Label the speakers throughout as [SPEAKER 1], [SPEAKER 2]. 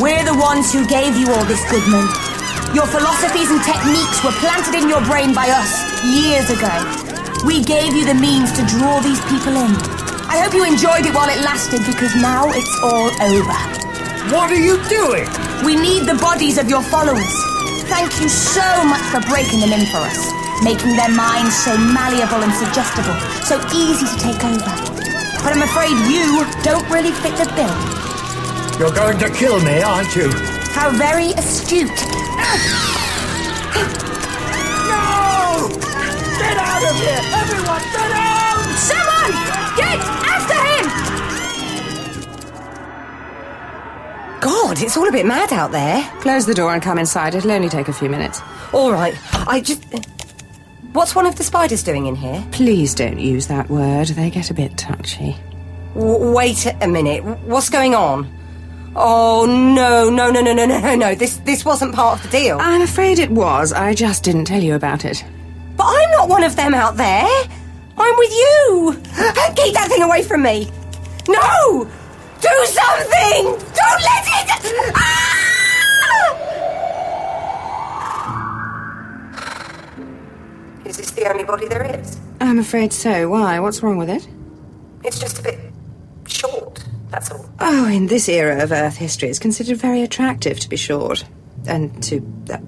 [SPEAKER 1] We're the ones who gave you all this, Goodman. Your philosophies and techniques were planted in your brain by us years ago. We gave you the means to draw these people in. I hope you enjoyed it while it lasted because now it's all over.
[SPEAKER 2] What are you doing?
[SPEAKER 1] We need the bodies of your followers. Thank you so much for breaking them in for us, making their minds so malleable and suggestible, so easy to take over. But I'm afraid you don't really fit the bill.
[SPEAKER 2] You're going to kill me, aren't you?
[SPEAKER 1] How very astute.
[SPEAKER 2] No! Get out of here! Everyone, get out!
[SPEAKER 1] Someone! Get after him!
[SPEAKER 3] God, it's all a bit mad out there.
[SPEAKER 4] Close the door and come inside. It'll only take a few minutes.
[SPEAKER 3] All right, I just. What's one of the spiders doing in here?
[SPEAKER 4] Please don't use that word. They get a bit touchy.
[SPEAKER 3] W- wait a minute. What's going on? Oh no, no, no, no, no, no, no, no. This this wasn't part of the deal.
[SPEAKER 4] I'm afraid it was. I just didn't tell you about it.
[SPEAKER 3] but I'm not one of them out there. I'm with you. Keep that thing away from me. No, do something. Don't let it. Ah! Is this the only body there is?
[SPEAKER 4] I'm afraid so. Why? What's wrong with it?
[SPEAKER 3] It's just a bit short. That's all.
[SPEAKER 4] Oh, in this era of Earth history, it's considered very attractive to be short. And to uh,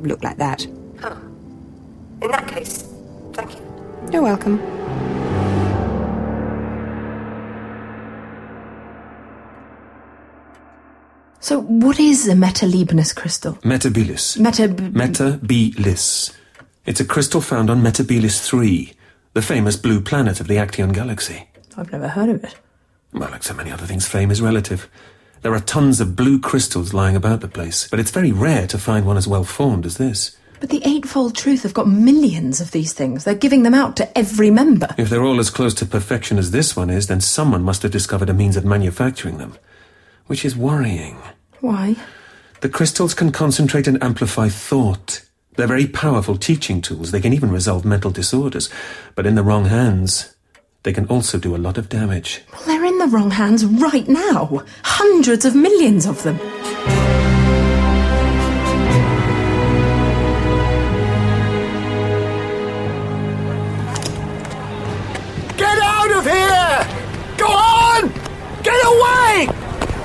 [SPEAKER 4] look like that.
[SPEAKER 3] In that case, thank you.
[SPEAKER 4] You're welcome.
[SPEAKER 5] So, what is a Meta-Leibniz crystal?
[SPEAKER 6] Metabilis.
[SPEAKER 5] Meta.
[SPEAKER 6] Metabilis. It's a crystal found on Metabilis 3, the famous blue planet of the Actaeon galaxy.
[SPEAKER 5] I've never heard of it.
[SPEAKER 6] Well, like so many other things, fame is relative. There are tons of blue crystals lying about the place, but it's very rare to find one as well formed as this.
[SPEAKER 5] But the Eightfold Truth have got millions of these things. They're giving them out to every member.
[SPEAKER 6] If they're all as close to perfection as this one is, then someone must have discovered a means of manufacturing them, which is worrying.
[SPEAKER 5] Why?
[SPEAKER 6] The crystals can concentrate and amplify thought. They're very powerful teaching tools. They can even resolve mental disorders. But in the wrong hands, they can also do a lot of damage.
[SPEAKER 5] Well, they're in the wrong hands right now. Hundreds of millions of them.
[SPEAKER 2] Get out of here! Go on! Get away!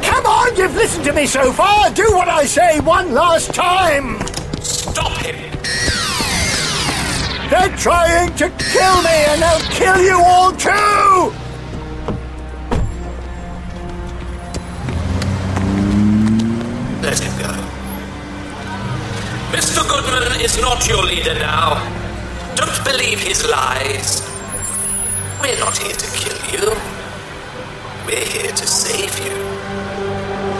[SPEAKER 2] Come on, you've listened to me so far. Do what I say one last time.
[SPEAKER 7] Stop him!
[SPEAKER 2] They're trying to kill me, and they'll kill you all too!
[SPEAKER 7] Let him go. Mr. Goodman is not your leader now. Don't believe his lies. We're not here to kill you. We're here to save you.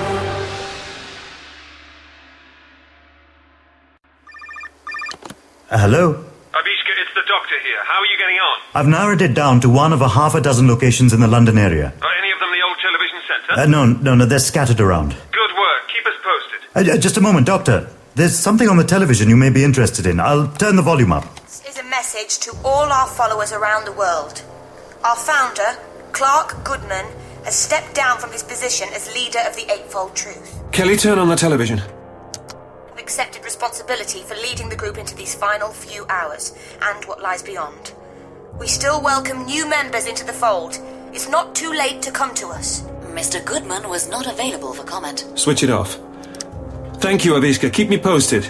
[SPEAKER 8] Uh, Hello.
[SPEAKER 9] Abishka, it's the doctor here. How are you getting on?
[SPEAKER 8] I've narrowed it down to one of a half a dozen locations in the London area.
[SPEAKER 9] Are any of them the old television centre?
[SPEAKER 8] Uh, no, no, no, they're scattered around.
[SPEAKER 9] Good work. Keep us posted.
[SPEAKER 8] Uh, uh, just a moment, Doctor. There's something on the television you may be interested in. I'll turn the volume up.
[SPEAKER 1] This is a message to all our followers around the world. Our founder, Clark Goodman, has stepped down from his position as leader of the Eightfold Truth.
[SPEAKER 6] Kelly, turn on the television.
[SPEAKER 1] We've accepted responsibility for leading the group into these final few hours and what lies beyond. We still welcome new members into the fold. It's not too late to come to us.
[SPEAKER 10] Mr. Goodman was not available for comment.
[SPEAKER 6] Switch it off. Thank you, Avishka. Keep me posted.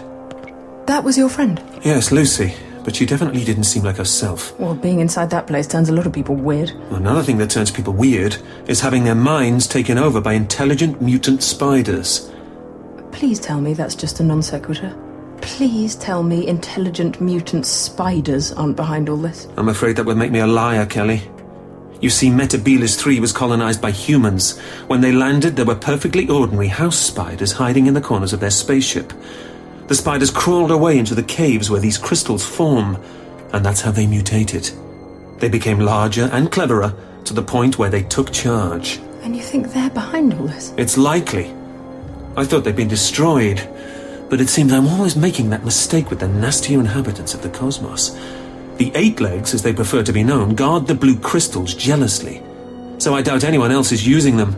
[SPEAKER 5] That was your friend.
[SPEAKER 6] Yes, Lucy. But she definitely didn't seem like herself.
[SPEAKER 5] Well, being inside that place turns a lot of people weird.
[SPEAKER 6] Another thing that turns people weird is having their minds taken over by intelligent mutant spiders.
[SPEAKER 5] Please tell me that's just a non sequitur. Please tell me intelligent mutant spiders aren't behind all this.
[SPEAKER 6] I'm afraid that would make me a liar, Kelly. You see, Metabilis 3 was colonized by humans. When they landed, there were perfectly ordinary house spiders hiding in the corners of their spaceship. The spiders crawled away into the caves where these crystals form, and that's how they mutated. They became larger and cleverer to the point where they took charge.
[SPEAKER 5] And you think they're behind all this?
[SPEAKER 6] It's likely. I thought they'd been destroyed, but it seems I'm always making that mistake with the nastier inhabitants of the cosmos. The eight legs, as they prefer to be known, guard the blue crystals jealously, so I doubt anyone else is using them.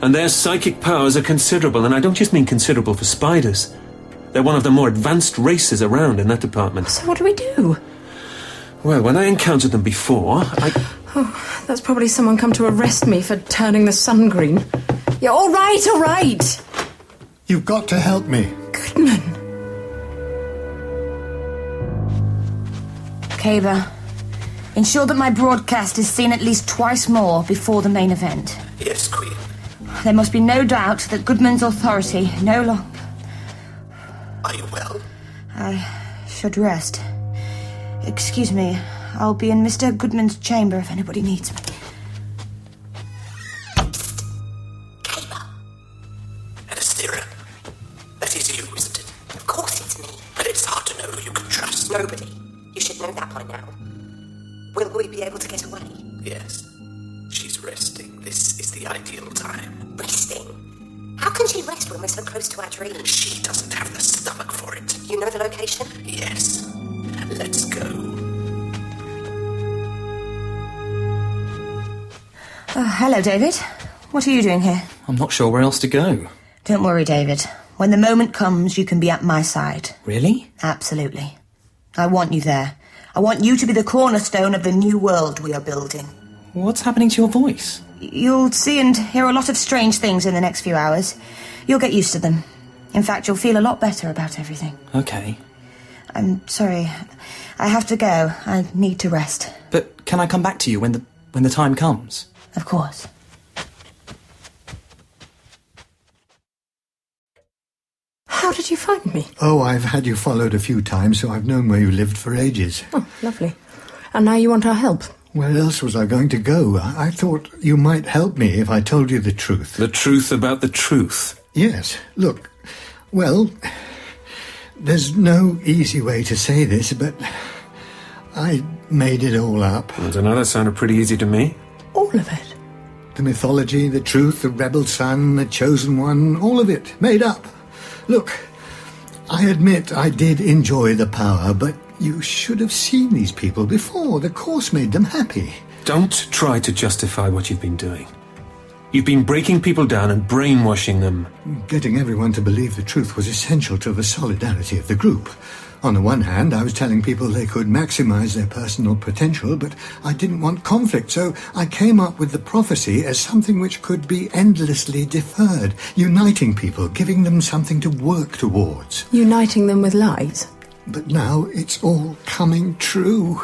[SPEAKER 6] And their psychic powers are considerable, and I don't just mean considerable for spiders. They're one of the more advanced races around in that department.
[SPEAKER 5] So what do we do?
[SPEAKER 6] Well, when I encountered them before, I.
[SPEAKER 5] Oh, that's probably someone come to arrest me for turning the sun green. Yeah, all right, all right.
[SPEAKER 2] You've got to help me.
[SPEAKER 5] Goodman.
[SPEAKER 1] Kaba, ensure that my broadcast is seen at least twice more before the main event.
[SPEAKER 7] Yes, Queen.
[SPEAKER 1] There must be no doubt that Goodman's authority no longer.
[SPEAKER 7] Are you well?
[SPEAKER 1] I should rest. Excuse me, I'll be in Mr. Goodman's chamber if anybody needs me.
[SPEAKER 7] Anastira. That is you, isn't it?
[SPEAKER 3] Of course it's me.
[SPEAKER 7] But it's hard to know who you can trust.
[SPEAKER 3] Nobody. You should know that by now. Will we be able to get away?
[SPEAKER 7] Yes. She's resting. This is the ideal time.
[SPEAKER 3] Resting? How can she rest when we're so close to our dream?
[SPEAKER 7] She doesn't have the stomach for it.
[SPEAKER 3] You know the location?
[SPEAKER 7] Yes. Let's go.
[SPEAKER 1] Uh, hello, David. What are you doing here?
[SPEAKER 11] I'm not sure where else to go.
[SPEAKER 1] Don't worry, David. When the moment comes, you can be at my side.
[SPEAKER 11] Really?
[SPEAKER 1] Absolutely. I want you there. I want you to be the cornerstone of the new world we are building.
[SPEAKER 11] What's happening to your voice?
[SPEAKER 1] You'll see and hear a lot of strange things in the next few hours. You'll get used to them. In fact, you'll feel a lot better about everything.
[SPEAKER 11] Okay.
[SPEAKER 1] I'm sorry. I have to go. I need to rest.
[SPEAKER 11] But can I come back to you when the when the time comes?
[SPEAKER 1] Of course.
[SPEAKER 5] How did you find me?
[SPEAKER 2] Oh, I've had you followed a few times, so I've known where you lived for ages.
[SPEAKER 5] Oh, lovely. And now you want our help?
[SPEAKER 2] Where else was I going to go? I I thought you might help me if I told you the truth.
[SPEAKER 6] The truth about the truth.
[SPEAKER 2] Yes, look. Well, there's no easy way to say this, but I made it all up.
[SPEAKER 6] I don't know, that sounded pretty easy to me.
[SPEAKER 5] All of it.
[SPEAKER 2] The mythology, the truth, the rebel son, the chosen one, all of it made up. Look, I admit I did enjoy the power, but you should have seen these people before. The course made them happy.
[SPEAKER 6] Don't try to justify what you've been doing. You've been breaking people down and brainwashing them.
[SPEAKER 2] Getting everyone to believe the truth was essential to the solidarity of the group. On the one hand, I was telling people they could maximize their personal potential, but I didn't want conflict, so I came up with the prophecy as something which could be endlessly deferred, uniting people, giving them something to work towards.
[SPEAKER 5] Uniting them with lies.
[SPEAKER 2] But now it's all coming true.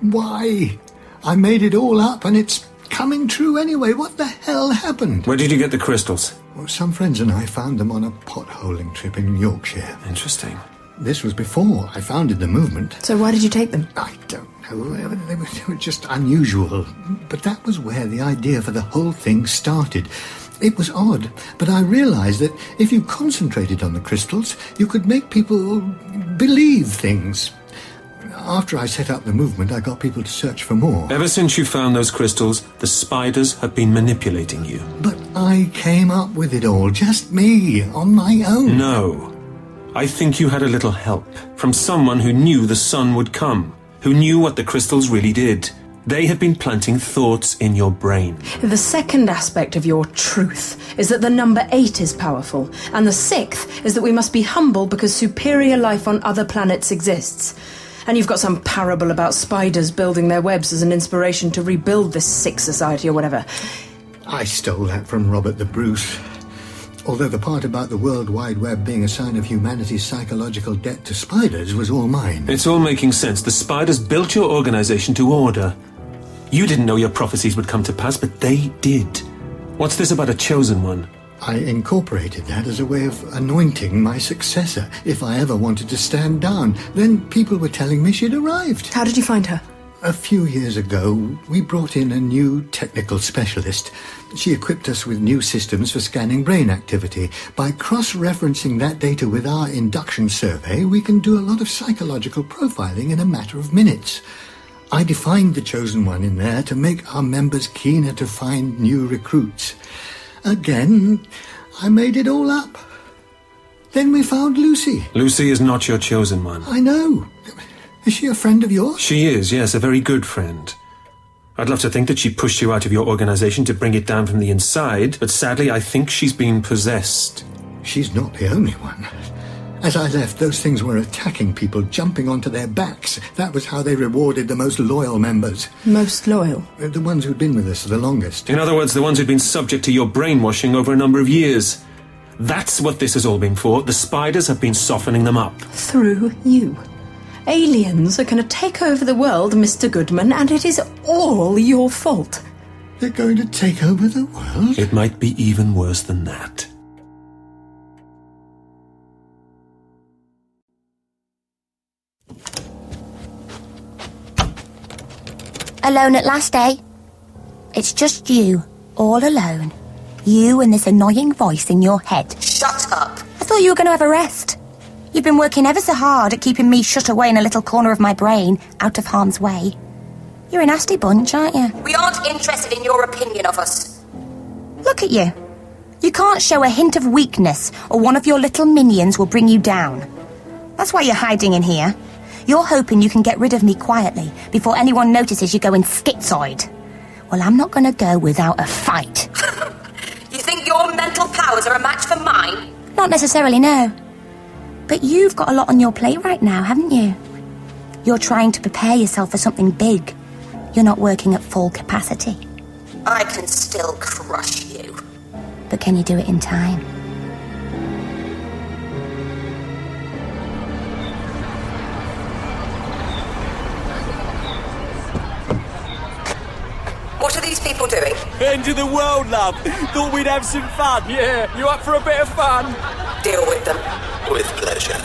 [SPEAKER 2] Why? I made it all up and it's coming true anyway. What the hell happened?
[SPEAKER 6] Where did you get the crystals?
[SPEAKER 2] Well, some friends and I found them on a potholing trip in Yorkshire.
[SPEAKER 6] Interesting.
[SPEAKER 2] This was before I founded the movement.
[SPEAKER 5] So why did you take them?
[SPEAKER 2] I don't know. They were, they were just unusual. But that was where the idea for the whole thing started. It was odd, but I realized that if you concentrated on the crystals, you could make people believe things. After I set up the movement, I got people to search for more.
[SPEAKER 6] Ever since you found those crystals, the spiders have been manipulating you.
[SPEAKER 2] But I came up with it all, just me, on my own.
[SPEAKER 6] No. I think you had a little help from someone who knew the sun would come, who knew what the crystals really did. They have been planting thoughts in your brain.
[SPEAKER 5] The second aspect of your truth is that the number eight is powerful, and the sixth is that we must be humble because superior life on other planets exists. And you've got some parable about spiders building their webs as an inspiration to rebuild this sick society or whatever.
[SPEAKER 2] I stole that from Robert the Bruce. Although the part about the World Wide Web being a sign of humanity's psychological debt to spiders was all mine.
[SPEAKER 6] It's all making sense. The spiders built your organization to order. You didn't know your prophecies would come to pass, but they did. What's this about a chosen one?
[SPEAKER 2] I incorporated that as a way of anointing my successor if I ever wanted to stand down. Then people were telling me she'd arrived.
[SPEAKER 5] How did you find her?
[SPEAKER 2] A few years ago, we brought in a new technical specialist. She equipped us with new systems for scanning brain activity. By cross referencing that data with our induction survey, we can do a lot of psychological profiling in a matter of minutes. I defined the chosen one in there to make our members keener to find new recruits. Again, I made it all up. Then we found Lucy.
[SPEAKER 6] Lucy is not your chosen one.
[SPEAKER 2] I know. Is she a friend of yours?
[SPEAKER 6] She is, yes, a very good friend. I'd love to think that she pushed you out of your organization to bring it down from the inside, but sadly, I think she's been possessed.
[SPEAKER 2] She's not the only one. As I left, those things were attacking people, jumping onto their backs. That was how they rewarded the most loyal members.
[SPEAKER 5] Most loyal?
[SPEAKER 2] Uh, The ones who'd been with us the longest.
[SPEAKER 6] In other words, the ones who'd been subject to your brainwashing over a number of years. That's what this has all been for. The spiders have been softening them up.
[SPEAKER 5] Through you. Aliens are going to take over the world, Mr. Goodman, and it is all your fault.
[SPEAKER 2] They're going to take over the world?
[SPEAKER 6] It might be even worse than that.
[SPEAKER 1] Alone at last, eh? It's just you, all alone. You and this annoying voice in your head. Shut up! I thought you were going to have a rest. You've been working ever so hard at keeping me shut away in a little corner of my brain, out of harm's way. You're a nasty bunch, aren't you?
[SPEAKER 3] We aren't interested in your opinion of us.
[SPEAKER 1] Look at you. You can't show a hint of weakness, or one of your little minions will bring you down. That's why you're hiding in here. You're hoping you can get rid of me quietly before anyone notices you're going schizoid. Well, I'm not going to go without a fight.
[SPEAKER 3] You think your mental powers are a match for mine?
[SPEAKER 1] Not necessarily, no. But you've got a lot on your plate right now, haven't you? You're trying to prepare yourself for something big. You're not working at full capacity.
[SPEAKER 3] I can still crush you.
[SPEAKER 1] But can you do it in time?
[SPEAKER 3] What are these people doing?
[SPEAKER 11] End of the world, love. Thought we'd have some fun. Yeah, you up for a bit of fun?
[SPEAKER 3] Deal with them.
[SPEAKER 12] With pleasure.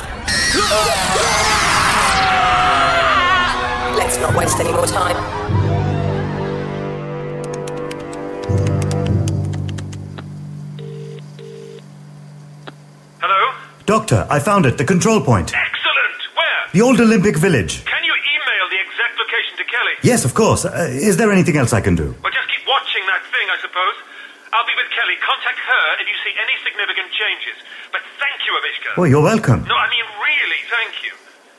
[SPEAKER 3] Let's not waste any more time.
[SPEAKER 8] Doctor, I found it. The control point.
[SPEAKER 13] Excellent! Where?
[SPEAKER 8] The old Olympic Village.
[SPEAKER 13] Can you email the exact location to Kelly?
[SPEAKER 8] Yes, of course. Uh, is there anything else I can do?
[SPEAKER 13] Well, just keep watching that thing, I suppose. I'll be with Kelly. Contact her if you see any significant changes. But thank you, Avishka.
[SPEAKER 8] Oh, you're welcome.
[SPEAKER 13] No, I mean, really, thank you.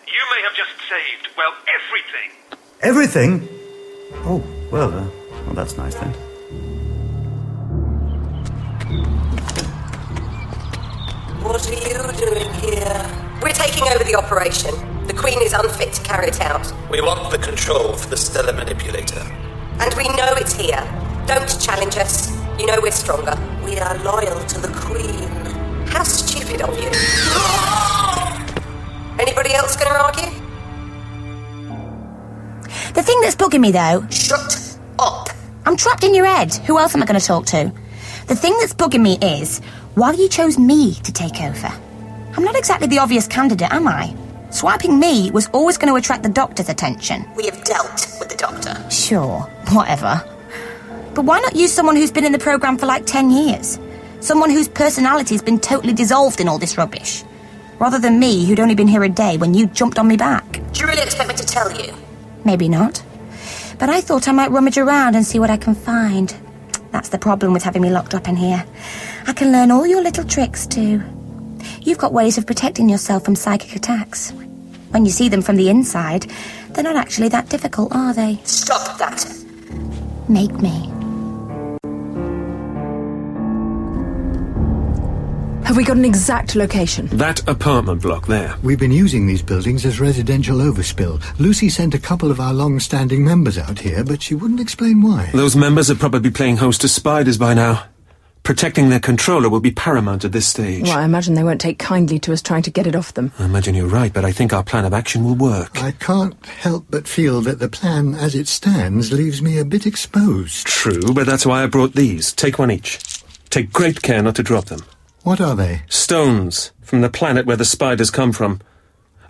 [SPEAKER 13] You may have just saved, well, everything.
[SPEAKER 8] Everything? Oh, well, uh, well that's nice then.
[SPEAKER 3] What are you doing here? We're taking over the operation. The Queen is unfit to carry it out.
[SPEAKER 12] We want the control for the stellar manipulator.
[SPEAKER 3] And we know it's here. Don't challenge us. You know we're stronger. We are loyal to the Queen. How stupid of you. Anybody else going to argue?
[SPEAKER 1] The thing that's bugging me, though. Shut up! I'm trapped in your head. Who else am I going to talk to? The thing that's bugging me is why you chose me to take over. I'm not exactly the obvious candidate, am I? Swiping me was always going to attract the doctor's attention.
[SPEAKER 3] We have dealt with the Doctor.
[SPEAKER 1] Sure, whatever. But why not use someone who's been in the programme for like 10 years? Someone whose personality's been totally dissolved in all this rubbish. Rather than me, who'd only been here a day when you jumped on me back.
[SPEAKER 3] Do you really expect me to tell you?
[SPEAKER 1] Maybe not. But I thought I might rummage around and see what I can find. That's the problem with having me locked up in here. I can learn all your little tricks, too. You've got ways of protecting yourself from psychic attacks. When you see them from the inside, they're not actually that difficult, are they?
[SPEAKER 3] Stop that.
[SPEAKER 1] Make me.
[SPEAKER 5] Have we got an exact location?
[SPEAKER 6] That apartment block there.
[SPEAKER 2] We've been using these buildings as residential overspill. Lucy sent a couple of our long standing members out here, but she wouldn't explain why.
[SPEAKER 6] Those members are probably playing host to spiders by now. Protecting their controller will be paramount at this stage.
[SPEAKER 5] Well, I imagine they won't take kindly to us trying to get it off them.
[SPEAKER 6] I imagine you're right, but I think our plan of action will work.
[SPEAKER 2] I can't help but feel that the plan as it stands leaves me a bit exposed.
[SPEAKER 6] True, but that's why I brought these. Take one each. Take great care not to drop them.
[SPEAKER 2] What are they?
[SPEAKER 6] Stones from the planet where the spiders come from.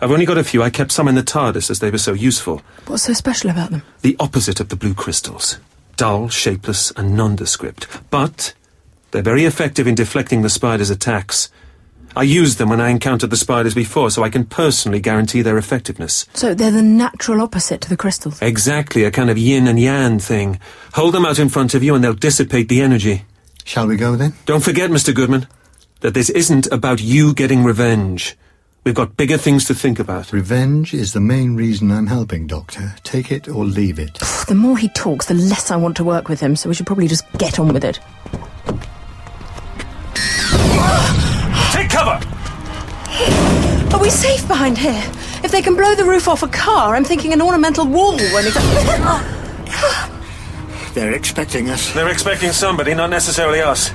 [SPEAKER 6] I've only got a few. I kept some in the TARDIS as they were so useful.
[SPEAKER 5] What's so special about them?
[SPEAKER 6] The opposite of the blue crystals. Dull, shapeless, and nondescript. But they're very effective in deflecting the spiders' attacks. I used them when I encountered the spiders before, so I can personally guarantee their effectiveness.
[SPEAKER 5] So they're the natural opposite to the crystals.
[SPEAKER 6] Exactly, a kind of yin and yang thing. Hold them out in front of you and they'll dissipate the energy.
[SPEAKER 2] Shall we go then?
[SPEAKER 6] Don't forget, Mr. Goodman, that this isn't about you getting revenge. We've got bigger things to think about.
[SPEAKER 2] Revenge is the main reason I'm helping, Doctor. Take it or leave it.
[SPEAKER 5] The more he talks, the less I want to work with him, so we should probably just get on with it.
[SPEAKER 6] Take cover!
[SPEAKER 5] Are we safe behind here? If they can blow the roof off a car, I'm thinking an ornamental wall when it.
[SPEAKER 6] They're expecting us. They're expecting somebody, not necessarily us.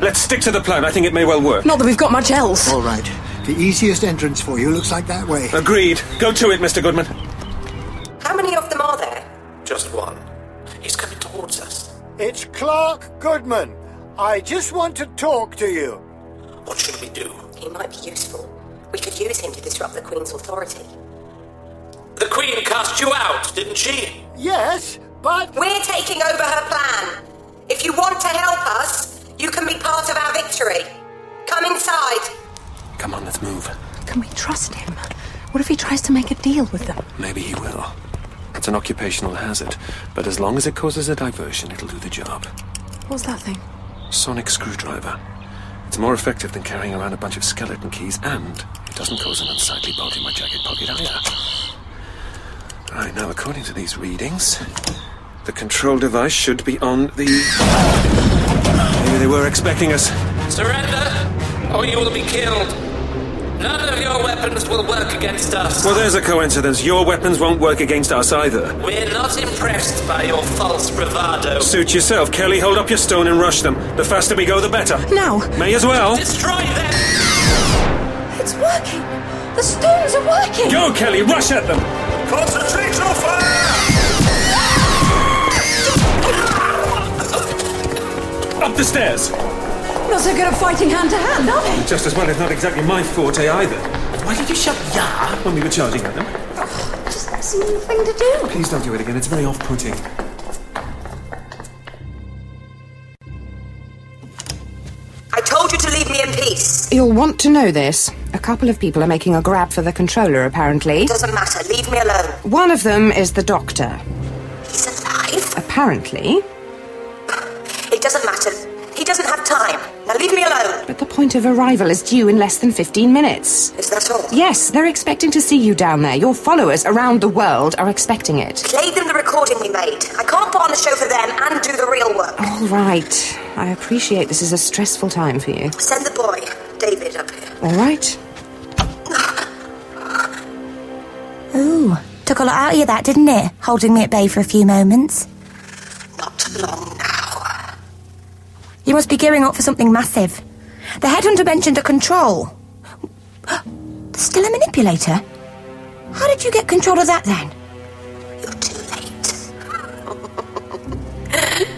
[SPEAKER 6] Let's stick to the plan. I think it may well work.
[SPEAKER 5] Not that we've got much else.
[SPEAKER 2] All right. The easiest entrance for you looks like that way.
[SPEAKER 6] Agreed. Go to it, Mr. Goodman.
[SPEAKER 3] How many of them are there?
[SPEAKER 7] Just one. He's coming towards us.
[SPEAKER 14] It's Clark Goodman. I just want to talk to you.
[SPEAKER 7] What should we do?
[SPEAKER 3] He might be useful. We could use him to disrupt the Queen's authority.
[SPEAKER 7] The Queen cast you out, didn't she?
[SPEAKER 14] Yes, but.
[SPEAKER 3] We're taking over her plan. If you want to help us, you can be part of our victory. Come inside.
[SPEAKER 6] Come on, let's move.
[SPEAKER 5] Can we trust him? What if he tries to make a deal with them?
[SPEAKER 6] Maybe he will. It's an occupational hazard, but as long as it causes a diversion, it'll do the job.
[SPEAKER 5] What's that thing?
[SPEAKER 6] Sonic screwdriver. It's more effective than carrying around a bunch of skeleton keys, and it doesn't cause an unsightly bolt in my jacket pocket either. Right, now, according to these readings, the control device should be on the. Maybe they were expecting us.
[SPEAKER 7] Surrender, or you will be killed. None of your weapons will work against us.
[SPEAKER 6] Well, there's a coincidence. Your weapons won't work against us either.
[SPEAKER 7] We're not impressed by your false bravado.
[SPEAKER 6] Suit yourself, Kelly. Hold up your stone and rush them. The faster we go, the better.
[SPEAKER 5] Now!
[SPEAKER 6] May as well.
[SPEAKER 7] Destroy them!
[SPEAKER 5] It's working! The stones are working!
[SPEAKER 6] Go, Kelly. Rush at them.
[SPEAKER 7] Concentrate your fire!
[SPEAKER 6] Up the stairs.
[SPEAKER 5] Not so good at fighting hand to hand, are they?
[SPEAKER 6] Just as well, if not exactly my forte either. Why did you shut Yar when we were charging at them?
[SPEAKER 5] It's nothing to do.
[SPEAKER 6] Please don't do it again. It's very off-putting.
[SPEAKER 3] I told you to leave me in peace.
[SPEAKER 4] You'll want to know this. A couple of people are making a grab for the controller, apparently.
[SPEAKER 3] It doesn't matter. Leave me alone.
[SPEAKER 4] One of them is the doctor.
[SPEAKER 3] He's alive.
[SPEAKER 4] Apparently.
[SPEAKER 3] It doesn't matter. He doesn't have time. Now leave me alone.
[SPEAKER 4] But the point of arrival is due in less than 15 minutes.
[SPEAKER 3] Is that all?
[SPEAKER 4] Yes, they're expecting to see you down there. Your followers around the world are expecting it.
[SPEAKER 3] Play them the recording we made. I can't put on the show for them and do the real work.
[SPEAKER 4] All right. I appreciate this is a stressful time for you.
[SPEAKER 3] Send the boy, David, up here.
[SPEAKER 4] All right.
[SPEAKER 15] Ooh, took a lot out of you that, didn't it? Holding me at bay for a few moments.
[SPEAKER 3] Not long now.
[SPEAKER 15] You must be gearing up for something massive. The headhunter mentioned a control. Still a manipulator? How did you get control of that then?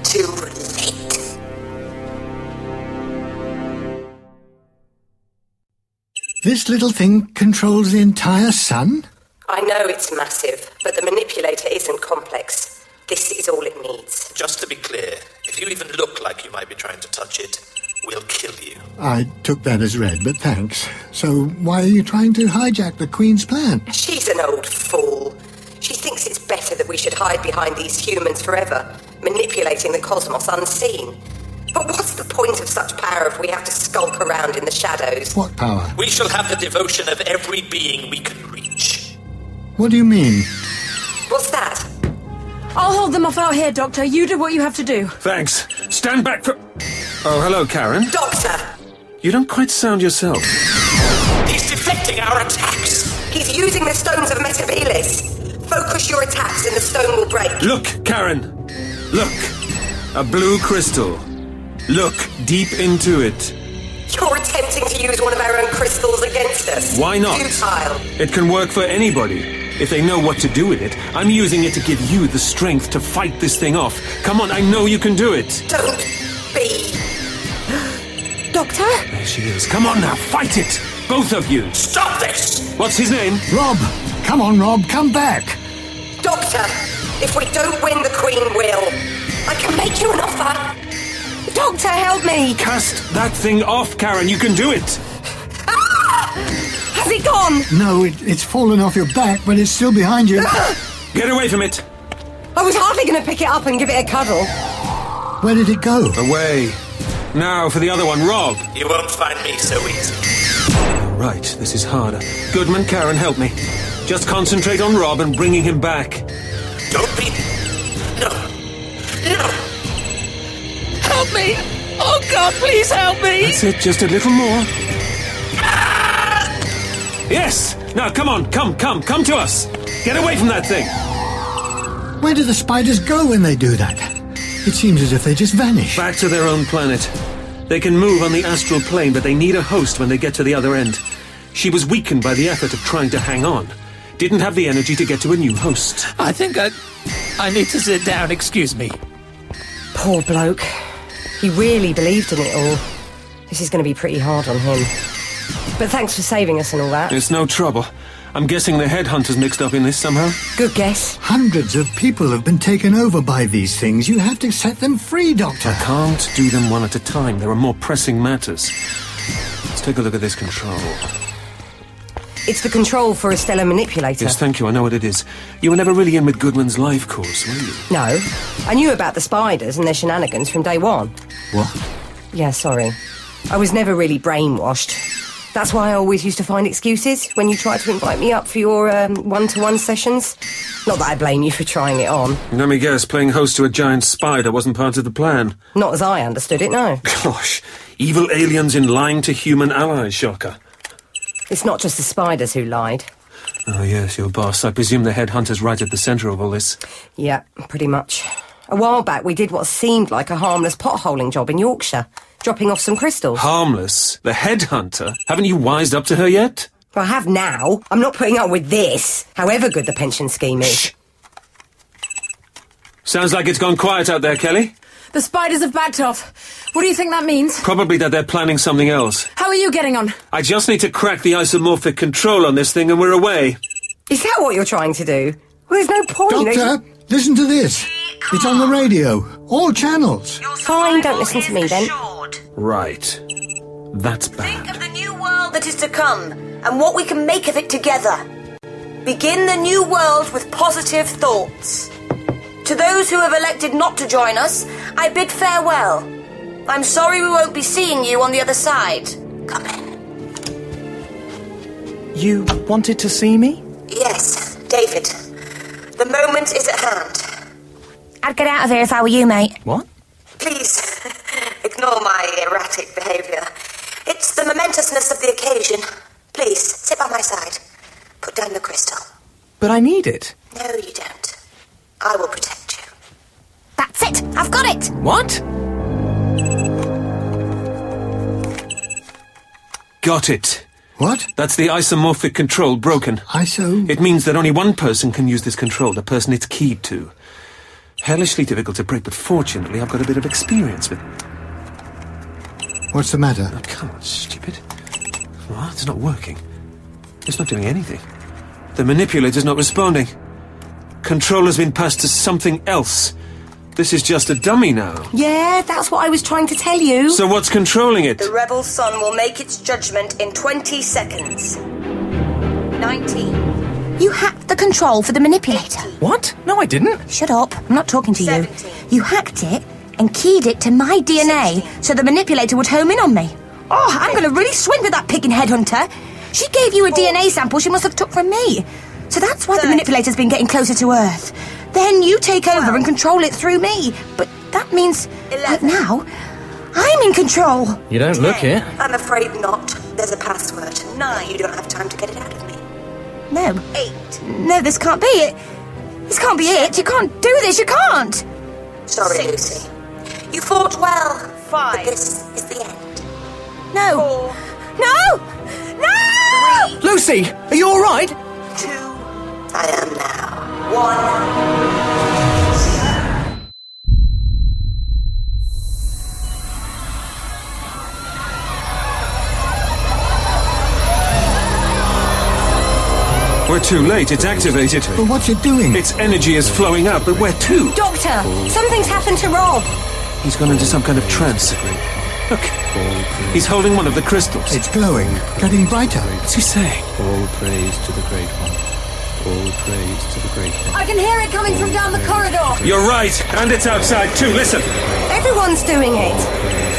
[SPEAKER 3] Too late.
[SPEAKER 2] This little thing controls the entire sun?
[SPEAKER 3] I know it's massive, but the manipulator isn't complex. This is all it needs.
[SPEAKER 7] Just to be clear, if you even look like you might be trying to touch it, we'll kill you.
[SPEAKER 2] I took that as read, but thanks. So why are you trying to hijack the Queen's plan?
[SPEAKER 3] She's an old fool. She thinks it's better that we should hide behind these humans forever, manipulating the cosmos unseen. But what's the point of such power if we have to skulk around in the shadows?
[SPEAKER 2] What power?
[SPEAKER 7] We shall have the devotion of every being we can reach.
[SPEAKER 2] What do you mean?
[SPEAKER 3] What's that?
[SPEAKER 5] I'll hold them off out here, Doctor. You do what you have to do.
[SPEAKER 6] Thanks. Stand back for. Oh, hello, Karen.
[SPEAKER 3] Doctor!
[SPEAKER 6] You don't quite sound yourself.
[SPEAKER 7] He's deflecting our attacks!
[SPEAKER 3] He's using the stones of Metabilis. Focus your attacks and the stone will break.
[SPEAKER 6] Look, Karen. Look. A blue crystal. Look deep into it.
[SPEAKER 3] You're attempting to use one of our own crystals against us.
[SPEAKER 6] Why not?
[SPEAKER 3] Futile.
[SPEAKER 6] It can work for anybody if they know what to do with it. I'm using it to give you the strength to fight this thing off. Come on, I know you can do it.
[SPEAKER 3] Don't be.
[SPEAKER 15] Doctor?
[SPEAKER 6] There she is. Come on now, fight it. Both of you.
[SPEAKER 7] Stop this!
[SPEAKER 6] What's his name?
[SPEAKER 2] Rob! Come on, Rob, come back!
[SPEAKER 3] Doctor, if we don't win, the Queen will. I can make you an offer.
[SPEAKER 15] Doctor, help me!
[SPEAKER 6] Cast that thing off, Karen. You can do it.
[SPEAKER 15] Has it gone?
[SPEAKER 2] No, it, it's fallen off your back, but it's still behind you.
[SPEAKER 6] Get away from it.
[SPEAKER 3] I was hardly going to pick it up and give it a cuddle.
[SPEAKER 2] Where did it go?
[SPEAKER 6] Away. Now for the other one, Rob.
[SPEAKER 7] You won't find me so easy.
[SPEAKER 6] right, this is harder. Goodman, Karen, help me. Just concentrate on Rob and bringing him back.
[SPEAKER 16] Don't be. No. No. Help me! Oh God, please help me!
[SPEAKER 6] That's it, just a little more. Yes! Now, come on, come, come, come to us! Get away from that thing!
[SPEAKER 2] Where do the spiders go when they do that? It seems as if they just vanish.
[SPEAKER 6] Back to their own planet. They can move on the astral plane, but they need a host when they get to the other end. She was weakened by the effort of trying to hang on. Didn't have the energy to get to a new host.
[SPEAKER 11] I think I. I need to sit down, excuse me.
[SPEAKER 8] Poor bloke. He really believed in it all. This is going to be pretty hard on him. But thanks for saving us and all that.
[SPEAKER 6] It's no trouble. I'm guessing the headhunter's mixed up in this somehow.
[SPEAKER 8] Good guess.
[SPEAKER 2] Hundreds of people have been taken over by these things. You have to set them free, Doctor.
[SPEAKER 6] I can't do them one at a time. There are more pressing matters. Let's take a look at this control.
[SPEAKER 8] It's the control for a stellar manipulator.
[SPEAKER 6] Yes, thank you. I know what it is. You were never really in with Goodman's life course, were you?
[SPEAKER 8] No. I knew about the spiders and their shenanigans from day one.
[SPEAKER 6] What?
[SPEAKER 8] Yeah, sorry. I was never really brainwashed. That's why I always used to find excuses when you tried to invite me up for your um, one-to-one sessions. Not that I blame you for trying it on.
[SPEAKER 6] Let me guess, playing host to a giant spider wasn't part of the plan.
[SPEAKER 8] Not as I understood it, no.
[SPEAKER 6] Gosh, evil aliens in lying to human allies, shocker.
[SPEAKER 8] It's not just the spiders who lied.
[SPEAKER 6] Oh, yes, your boss. I presume the headhunter's right at the centre of all this.
[SPEAKER 8] Yeah, pretty much. A while back, we did what seemed like a harmless potholing job in Yorkshire, dropping off some crystals.
[SPEAKER 6] Harmless? The headhunter? Haven't you wised up to her yet?
[SPEAKER 8] I have now. I'm not putting up with this, however good the pension scheme is.
[SPEAKER 6] Sounds like it's gone quiet out there, Kelly.
[SPEAKER 5] The spiders have backed off. What do you think that means?
[SPEAKER 6] Probably that they're planning something else.
[SPEAKER 5] How are you getting on?
[SPEAKER 6] I just need to crack the isomorphic control on this thing and we're away.
[SPEAKER 8] Is that what you're trying to do? Well, there's no point.
[SPEAKER 2] Doctor, listen to this. It's on the radio, all channels.
[SPEAKER 8] Fine, don't listen to me then.
[SPEAKER 6] Right. That's bad.
[SPEAKER 3] of the new world that is to come and what we can make of it together. Begin the new world with positive thoughts. To those who have elected not to join us, I bid farewell. I'm sorry we won't be seeing you on the other side.
[SPEAKER 17] You wanted to see me?
[SPEAKER 3] Yes, David. The moment is at hand.
[SPEAKER 1] I'd get out of here if I were you, mate.
[SPEAKER 17] What?
[SPEAKER 3] Please ignore my erratic behaviour. It's the momentousness of the occasion. Please sit by my side. Put down the crystal.
[SPEAKER 17] But I need it.
[SPEAKER 3] No, you don't. I will protect you.
[SPEAKER 1] That's it. I've got it.
[SPEAKER 17] What?
[SPEAKER 6] Got it.
[SPEAKER 2] What?
[SPEAKER 6] That's the isomorphic control broken.
[SPEAKER 2] ISO?
[SPEAKER 6] It means that only one person can use this control, the person it's keyed to. Hellishly difficult to break, but fortunately I've got a bit of experience with
[SPEAKER 2] What's the matter?
[SPEAKER 6] Come on, stupid. What? It's not working. It's not doing anything. The manipulator's not responding. Control has been passed to something else. This is just a dummy now.
[SPEAKER 8] Yeah, that's what I was trying to tell you.
[SPEAKER 6] So what's controlling it?
[SPEAKER 3] The rebel sun will make its judgment in 20 seconds. 19.
[SPEAKER 1] You hacked the control for the manipulator.
[SPEAKER 17] What? No, I didn't.
[SPEAKER 1] Shut up. I'm not talking to you. You hacked it and keyed it to my DNA so the manipulator would home in on me. Oh, I'm going to really swing with that pig and headhunter. She gave you a DNA sample she must have took from me. So that's why the manipulator's been getting closer to Earth. Then you take over and control it through me. But that means, right now, I'm in control.
[SPEAKER 17] You don't look it.
[SPEAKER 3] I'm afraid not. There's a password. Nine. You don't have time to get it out of me.
[SPEAKER 1] No.
[SPEAKER 3] Eight.
[SPEAKER 1] No, this can't be it. This can't be it. You can't do this. You can't.
[SPEAKER 3] Sorry, Lucy. You fought well. Five. But this is the end.
[SPEAKER 1] No. No! No!
[SPEAKER 17] Lucy, are you alright?
[SPEAKER 6] We're too late. It's activated.
[SPEAKER 2] But what's it doing?
[SPEAKER 6] Its energy is flowing up, but where to?
[SPEAKER 8] Doctor, something's happened to Rob.
[SPEAKER 6] He's gone into some kind of trance. Look, he's holding one of the crystals.
[SPEAKER 2] It's glowing, getting brighter.
[SPEAKER 6] What's he saying?
[SPEAKER 18] All praise to the Great One.
[SPEAKER 19] All praise to the great
[SPEAKER 20] I can hear it coming from down the corridor.
[SPEAKER 6] You're right, and it's outside too. Listen.
[SPEAKER 20] Everyone's doing it.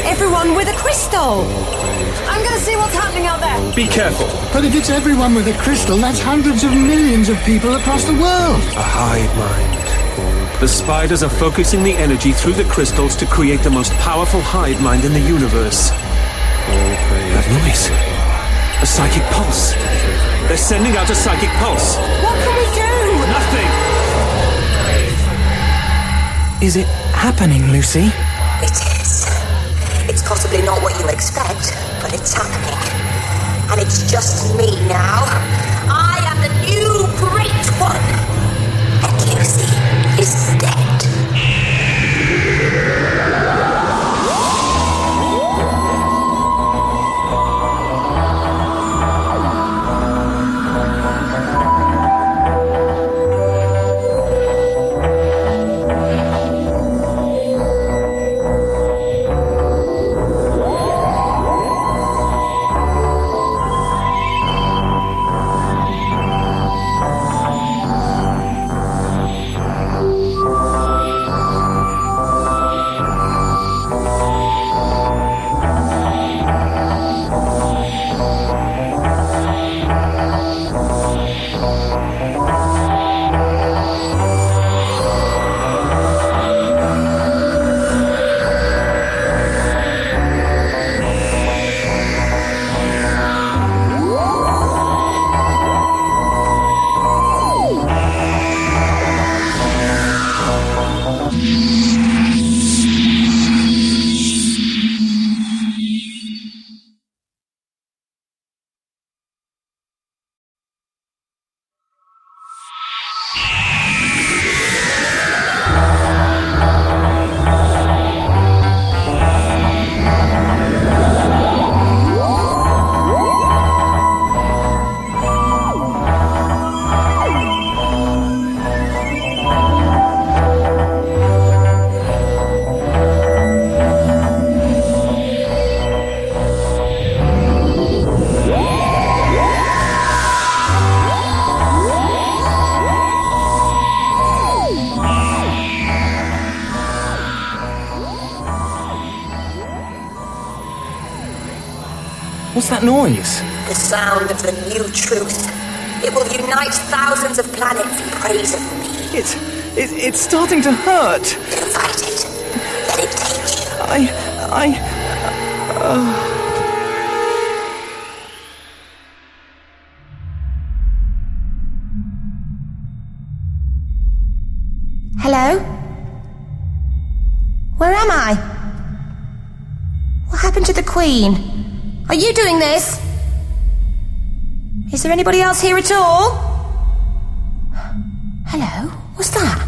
[SPEAKER 20] Everyone with a crystal. I'm gonna see what's happening out there.
[SPEAKER 6] Be careful.
[SPEAKER 2] But if it's everyone with a crystal, that's hundreds of millions of people across the world.
[SPEAKER 6] A hive mind. The spiders are focusing the energy through the crystals to create the most powerful hive mind in the universe. That noise. A psychic pulse. They're sending out a psychic pulse.
[SPEAKER 20] What can we do?
[SPEAKER 6] Nothing.
[SPEAKER 11] Is it happening, Lucy?
[SPEAKER 21] It is. It's possibly not what you expect, but it's happening. And it's just me now. I am the new great one. And Lucy is dead.
[SPEAKER 11] What's that noise?
[SPEAKER 21] The sound of the new truth. It will unite thousands of planets in praise of me.
[SPEAKER 11] It's it, it's starting to hurt. I I uh...
[SPEAKER 15] Hello? Where am I? What happened to the Queen?
[SPEAKER 20] Are you doing this? Is there anybody else here at all?
[SPEAKER 15] Hello? What's that?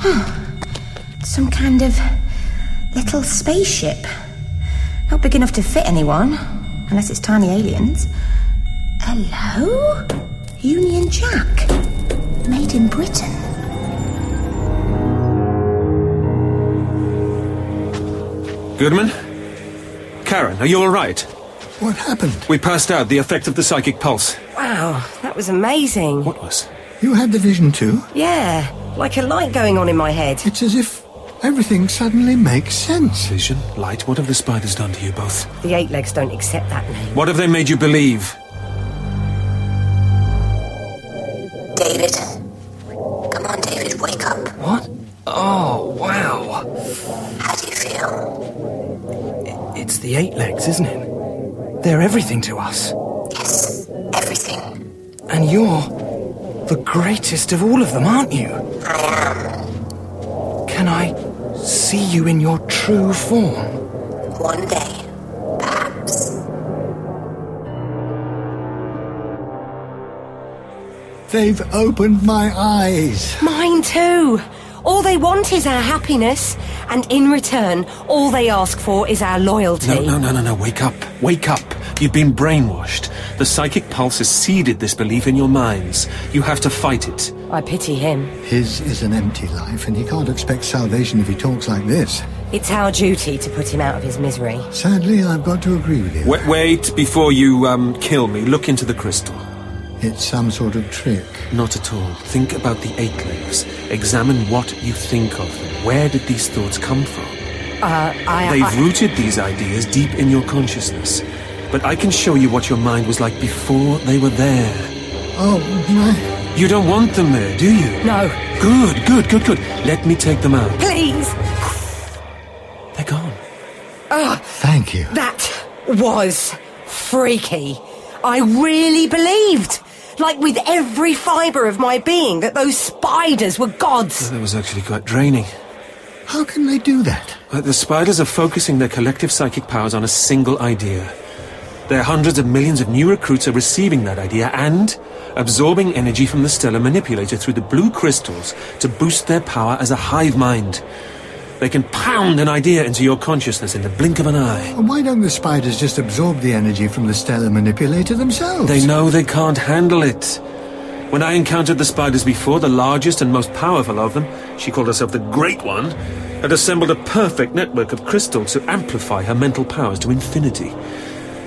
[SPEAKER 15] Hmm. Some kind of little spaceship. Not big enough to fit anyone, unless it's tiny aliens. Hello? Union Jack. Made in Britain.
[SPEAKER 6] Goodman? Karen, are you all right?
[SPEAKER 2] What happened?
[SPEAKER 6] We passed out the effect of the psychic pulse.
[SPEAKER 3] Wow, that was amazing.
[SPEAKER 6] What was?
[SPEAKER 2] You had the vision too?
[SPEAKER 3] Yeah, like a light going on in my head.
[SPEAKER 2] It's as if everything suddenly makes sense.
[SPEAKER 6] Vision, light, what have the spiders done to you both?
[SPEAKER 3] The eight legs don't accept that name.
[SPEAKER 6] What have they made you believe?
[SPEAKER 21] David. Come on, David, wake up.
[SPEAKER 11] What? Oh, wow.
[SPEAKER 21] How do you feel?
[SPEAKER 11] It's the eight legs, isn't it? They're everything to us.
[SPEAKER 21] Yes, everything.
[SPEAKER 11] And you're the greatest of all of them, aren't you?
[SPEAKER 21] I
[SPEAKER 11] am. Can I see you in your true form?
[SPEAKER 21] One day, perhaps.
[SPEAKER 2] They've opened my eyes.
[SPEAKER 3] Mine too. All they want is our happiness, and in return, all they ask for is our loyalty.
[SPEAKER 6] No, no, no, no, no. Wake up. Wake up. You've been brainwashed. The psychic pulse has seeded this belief in your minds. You have to fight it.
[SPEAKER 3] I pity him.
[SPEAKER 2] His is an empty life, and he can't expect salvation if he talks like this.
[SPEAKER 3] It's our duty to put him out of his misery.
[SPEAKER 2] Sadly, I've got to agree with you.
[SPEAKER 6] Wait, wait before you um, kill me. Look into the crystal.
[SPEAKER 2] It's some sort of trick.
[SPEAKER 6] Not at all. Think about the eight legs. Examine what you think of them. Where did these thoughts come from?
[SPEAKER 5] Uh, I.
[SPEAKER 6] They've
[SPEAKER 5] I-
[SPEAKER 6] rooted these ideas deep in your consciousness. But I can show you what your mind was like before they were there.
[SPEAKER 2] Oh, my.
[SPEAKER 6] You don't want them there, do you?
[SPEAKER 5] No.
[SPEAKER 6] Good, good, good, good. Let me take them out.
[SPEAKER 3] Please.
[SPEAKER 6] They're gone.
[SPEAKER 3] Oh,
[SPEAKER 2] Thank you.
[SPEAKER 3] That was freaky. I really believed, like with every fibre of my being, that those spiders were gods.
[SPEAKER 6] That was actually quite draining.
[SPEAKER 2] How can they do that?
[SPEAKER 6] But the spiders are focusing their collective psychic powers on a single idea. Their hundreds of millions of new recruits are receiving that idea and absorbing energy from the stellar manipulator through the blue crystals to boost their power as a hive mind. They can pound an idea into your consciousness in the blink of an eye.
[SPEAKER 2] Why don't the spiders just absorb the energy from the stellar manipulator themselves?
[SPEAKER 6] They know they can't handle it. When I encountered the spiders before, the largest and most powerful of them, she called herself the Great One, had assembled a perfect network of crystals to amplify her mental powers to infinity.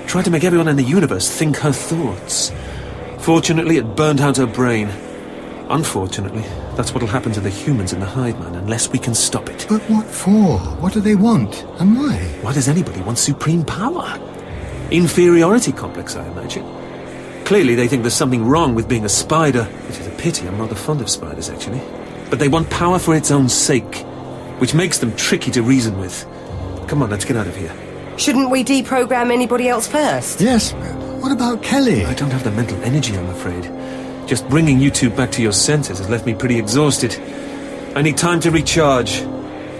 [SPEAKER 6] Tried to make everyone in the universe think her thoughts. Fortunately, it burned out her brain. Unfortunately, that's what'll happen to the humans in the hive man unless we can stop it.
[SPEAKER 2] But what for? What do they want? And why?
[SPEAKER 6] Why does anybody want supreme power? Inferiority complex, I imagine. Clearly, they think there's something wrong with being a spider, which is a pity. I'm rather fond of spiders, actually. But they want power for its own sake, which makes them tricky to reason with. Come on, let's get out of here.
[SPEAKER 3] Shouldn't we deprogram anybody else first?
[SPEAKER 2] Yes. What about Kelly?
[SPEAKER 6] I don't have the mental energy, I'm afraid. Just bringing you two back to your senses has left me pretty exhausted. I need time to recharge.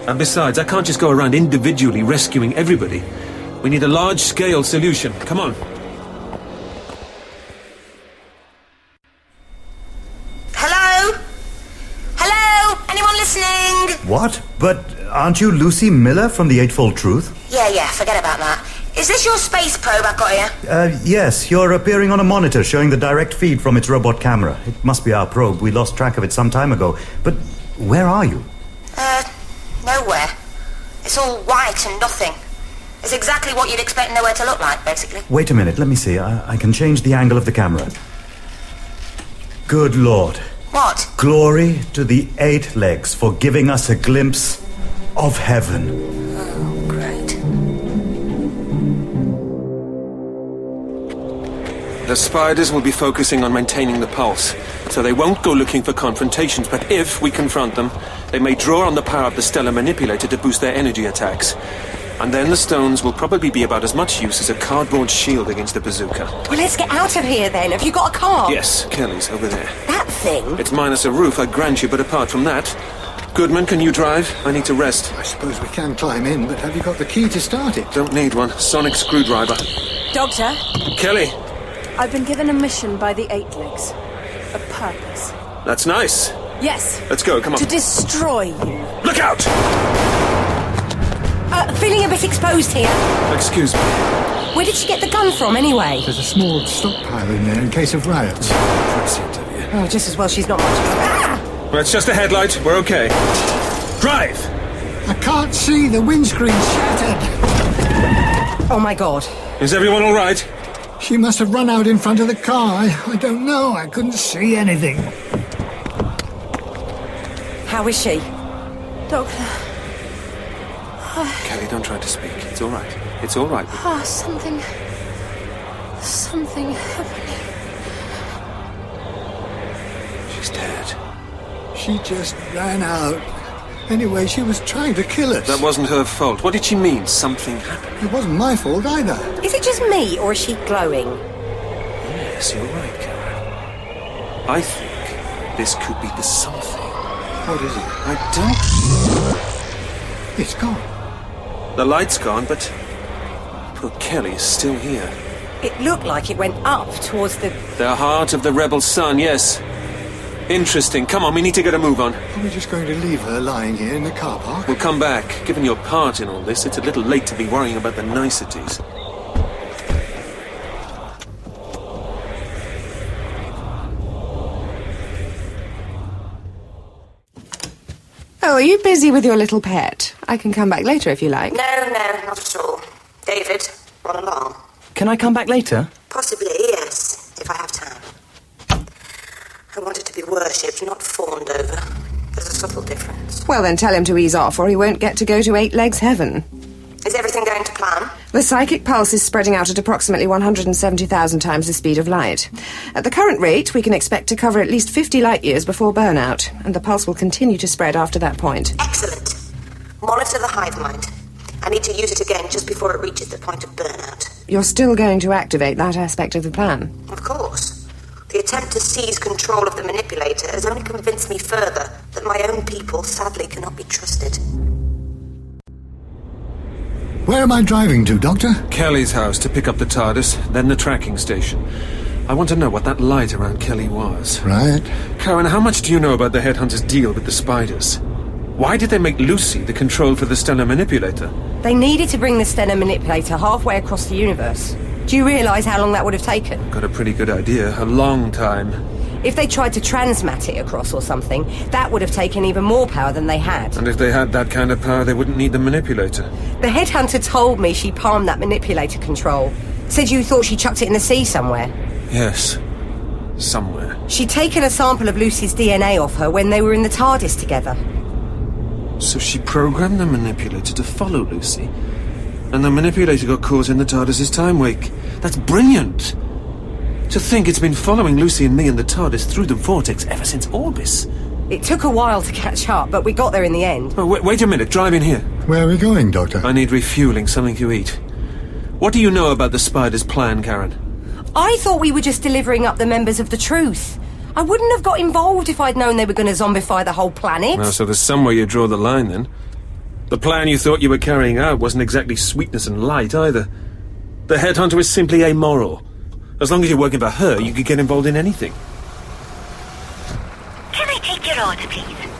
[SPEAKER 6] And besides, I can't just go around individually rescuing everybody. We need a large scale solution. Come on.
[SPEAKER 20] Hello? Hello? Anyone listening?
[SPEAKER 8] What? But aren't you Lucy Miller from the Eightfold Truth?
[SPEAKER 20] Yeah, yeah, forget about that. Is this your space probe I've got here?
[SPEAKER 8] Uh, yes, you're appearing on a monitor showing the direct feed from its robot camera. It must be our probe. We lost track of it some time ago. But where are you?
[SPEAKER 20] Uh, nowhere. It's all white and nothing. It's exactly what you'd expect nowhere to look like, basically.
[SPEAKER 8] Wait a minute, let me see. I, I can change the angle of the camera. Good lord.
[SPEAKER 20] What?
[SPEAKER 8] Glory to the eight legs for giving us a glimpse of heaven.
[SPEAKER 6] The spiders will be focusing on maintaining the pulse, so they won't go looking for confrontations, but if we confront them, they may draw on the power of the stellar manipulator to boost their energy attacks. And then the stones will probably be about as much use as a cardboard shield against the bazooka.
[SPEAKER 3] Well, let's get out of here then. Have you got a car?
[SPEAKER 6] Yes, Kelly's over there.
[SPEAKER 3] That thing?
[SPEAKER 6] It's minus a roof, I grant you, but apart from that. Goodman, can you drive? I need to rest. I
[SPEAKER 2] suppose we can climb in, but have you got the key to start it?
[SPEAKER 6] Don't need one. Sonic screwdriver.
[SPEAKER 5] Doctor,
[SPEAKER 6] Kelly,
[SPEAKER 5] I've been given a mission by the Eight Legs. A purpose.
[SPEAKER 6] that's nice.
[SPEAKER 5] Yes.
[SPEAKER 6] Let's go, come on.
[SPEAKER 5] To destroy you.
[SPEAKER 6] Look out!
[SPEAKER 3] Uh, feeling a bit exposed here.
[SPEAKER 6] Excuse me.
[SPEAKER 3] Where did she get the gun from anyway?
[SPEAKER 2] There's a small stockpile in there in case of riots.
[SPEAKER 3] Oh, just as well she's not much.
[SPEAKER 6] Well, it's just a headlight. We're okay. Drive!
[SPEAKER 2] I can't see. The windscreen shattered.
[SPEAKER 3] Oh my god.
[SPEAKER 6] Is everyone all right?
[SPEAKER 2] She must have run out in front of the car. I, I don't know. I couldn't see anything.
[SPEAKER 3] How is she?
[SPEAKER 5] Doctor.
[SPEAKER 6] Kelly, don't try to speak. It's all right. It's all right.
[SPEAKER 5] Ah, something. Something happening.
[SPEAKER 6] She's dead.
[SPEAKER 2] She just ran out. Anyway, she was trying to kill us.
[SPEAKER 6] That wasn't her fault. What did she mean? Something happened.
[SPEAKER 2] It wasn't my fault either.
[SPEAKER 3] Is it just me or is she glowing?
[SPEAKER 6] Yes, you're right, Karen. I think this could be the something.
[SPEAKER 2] What is it?
[SPEAKER 6] I don't.
[SPEAKER 2] It's gone.
[SPEAKER 6] The light's gone, but poor Kelly is still here.
[SPEAKER 3] It looked like it went up towards the.
[SPEAKER 6] The heart of the rebel sun. Yes. Interesting. Come on, we need to get a move on.
[SPEAKER 2] Are we just going to leave her lying here in the car park?
[SPEAKER 6] We'll come back. Given your part in all this, it's a little late to be worrying about the niceties.
[SPEAKER 4] Oh, are you busy with your little pet? I can come back later if you like.
[SPEAKER 20] No, no, not at all. David, run along.
[SPEAKER 11] Can I come back later?
[SPEAKER 20] Possibly, yes, if I have time.
[SPEAKER 3] I want it to be worshipped, not fawned over. There's a subtle difference.
[SPEAKER 4] Well, then tell him to ease off, or he won't get to go to Eight Legs Heaven.
[SPEAKER 3] Is everything going to plan?
[SPEAKER 4] The psychic pulse is spreading out at approximately 170,000 times the speed of light. At the current rate, we can expect to cover at least 50 light years before burnout, and the pulse will continue to spread after that point.
[SPEAKER 3] Excellent. Monitor the hive mind. I need to use it again just before it reaches the point of burnout.
[SPEAKER 4] You're still going to activate that aspect of the plan.
[SPEAKER 3] Of course. The attempt to seize control of the manipulator has only convinced me further that my own people sadly cannot be trusted.
[SPEAKER 2] Where am I driving to, Doctor?
[SPEAKER 6] Kelly's house to pick up the TARDIS, then the tracking station. I want to know what that light around Kelly was.
[SPEAKER 2] Right.
[SPEAKER 6] Karen, how much do you know about the headhunter's deal with the spiders? Why did they make Lucy the control for the stellar manipulator?
[SPEAKER 1] They needed to bring the Steno manipulator halfway across the universe. Do you realise how long that would have taken?
[SPEAKER 6] Got a pretty good idea. A long time.
[SPEAKER 1] If they tried to transmat it across or something, that would have taken even more power than they had.
[SPEAKER 6] And if they had that kind of power, they wouldn't need the manipulator.
[SPEAKER 1] The headhunter told me she palmed that manipulator control. Said you thought she chucked it in the sea somewhere.
[SPEAKER 6] Yes. Somewhere.
[SPEAKER 1] She'd taken a sample of Lucy's DNA off her when they were in the TARDIS together.
[SPEAKER 6] So she programmed the manipulator to follow Lucy. And the manipulator got caught in the TARDIS's time wake. That's brilliant! To think it's been following Lucy and me and the TARDIS through the vortex ever since Orbis.
[SPEAKER 1] It took a while to catch up, but we got there in the end.
[SPEAKER 6] Oh, wait, wait a minute, drive in here.
[SPEAKER 2] Where are we going, Doctor?
[SPEAKER 6] I need refueling, something to eat. What do you know about the spider's plan, Karen?
[SPEAKER 1] I thought we were just delivering up the members of the truth. I wouldn't have got involved if I'd known they were going to zombify the whole planet.
[SPEAKER 6] Well, so there's somewhere you draw the line then. The plan you thought you were carrying out wasn't exactly sweetness and light either. The headhunter is simply amoral. As long as you're working for her, you could get involved in anything.
[SPEAKER 3] Can I take your order, please?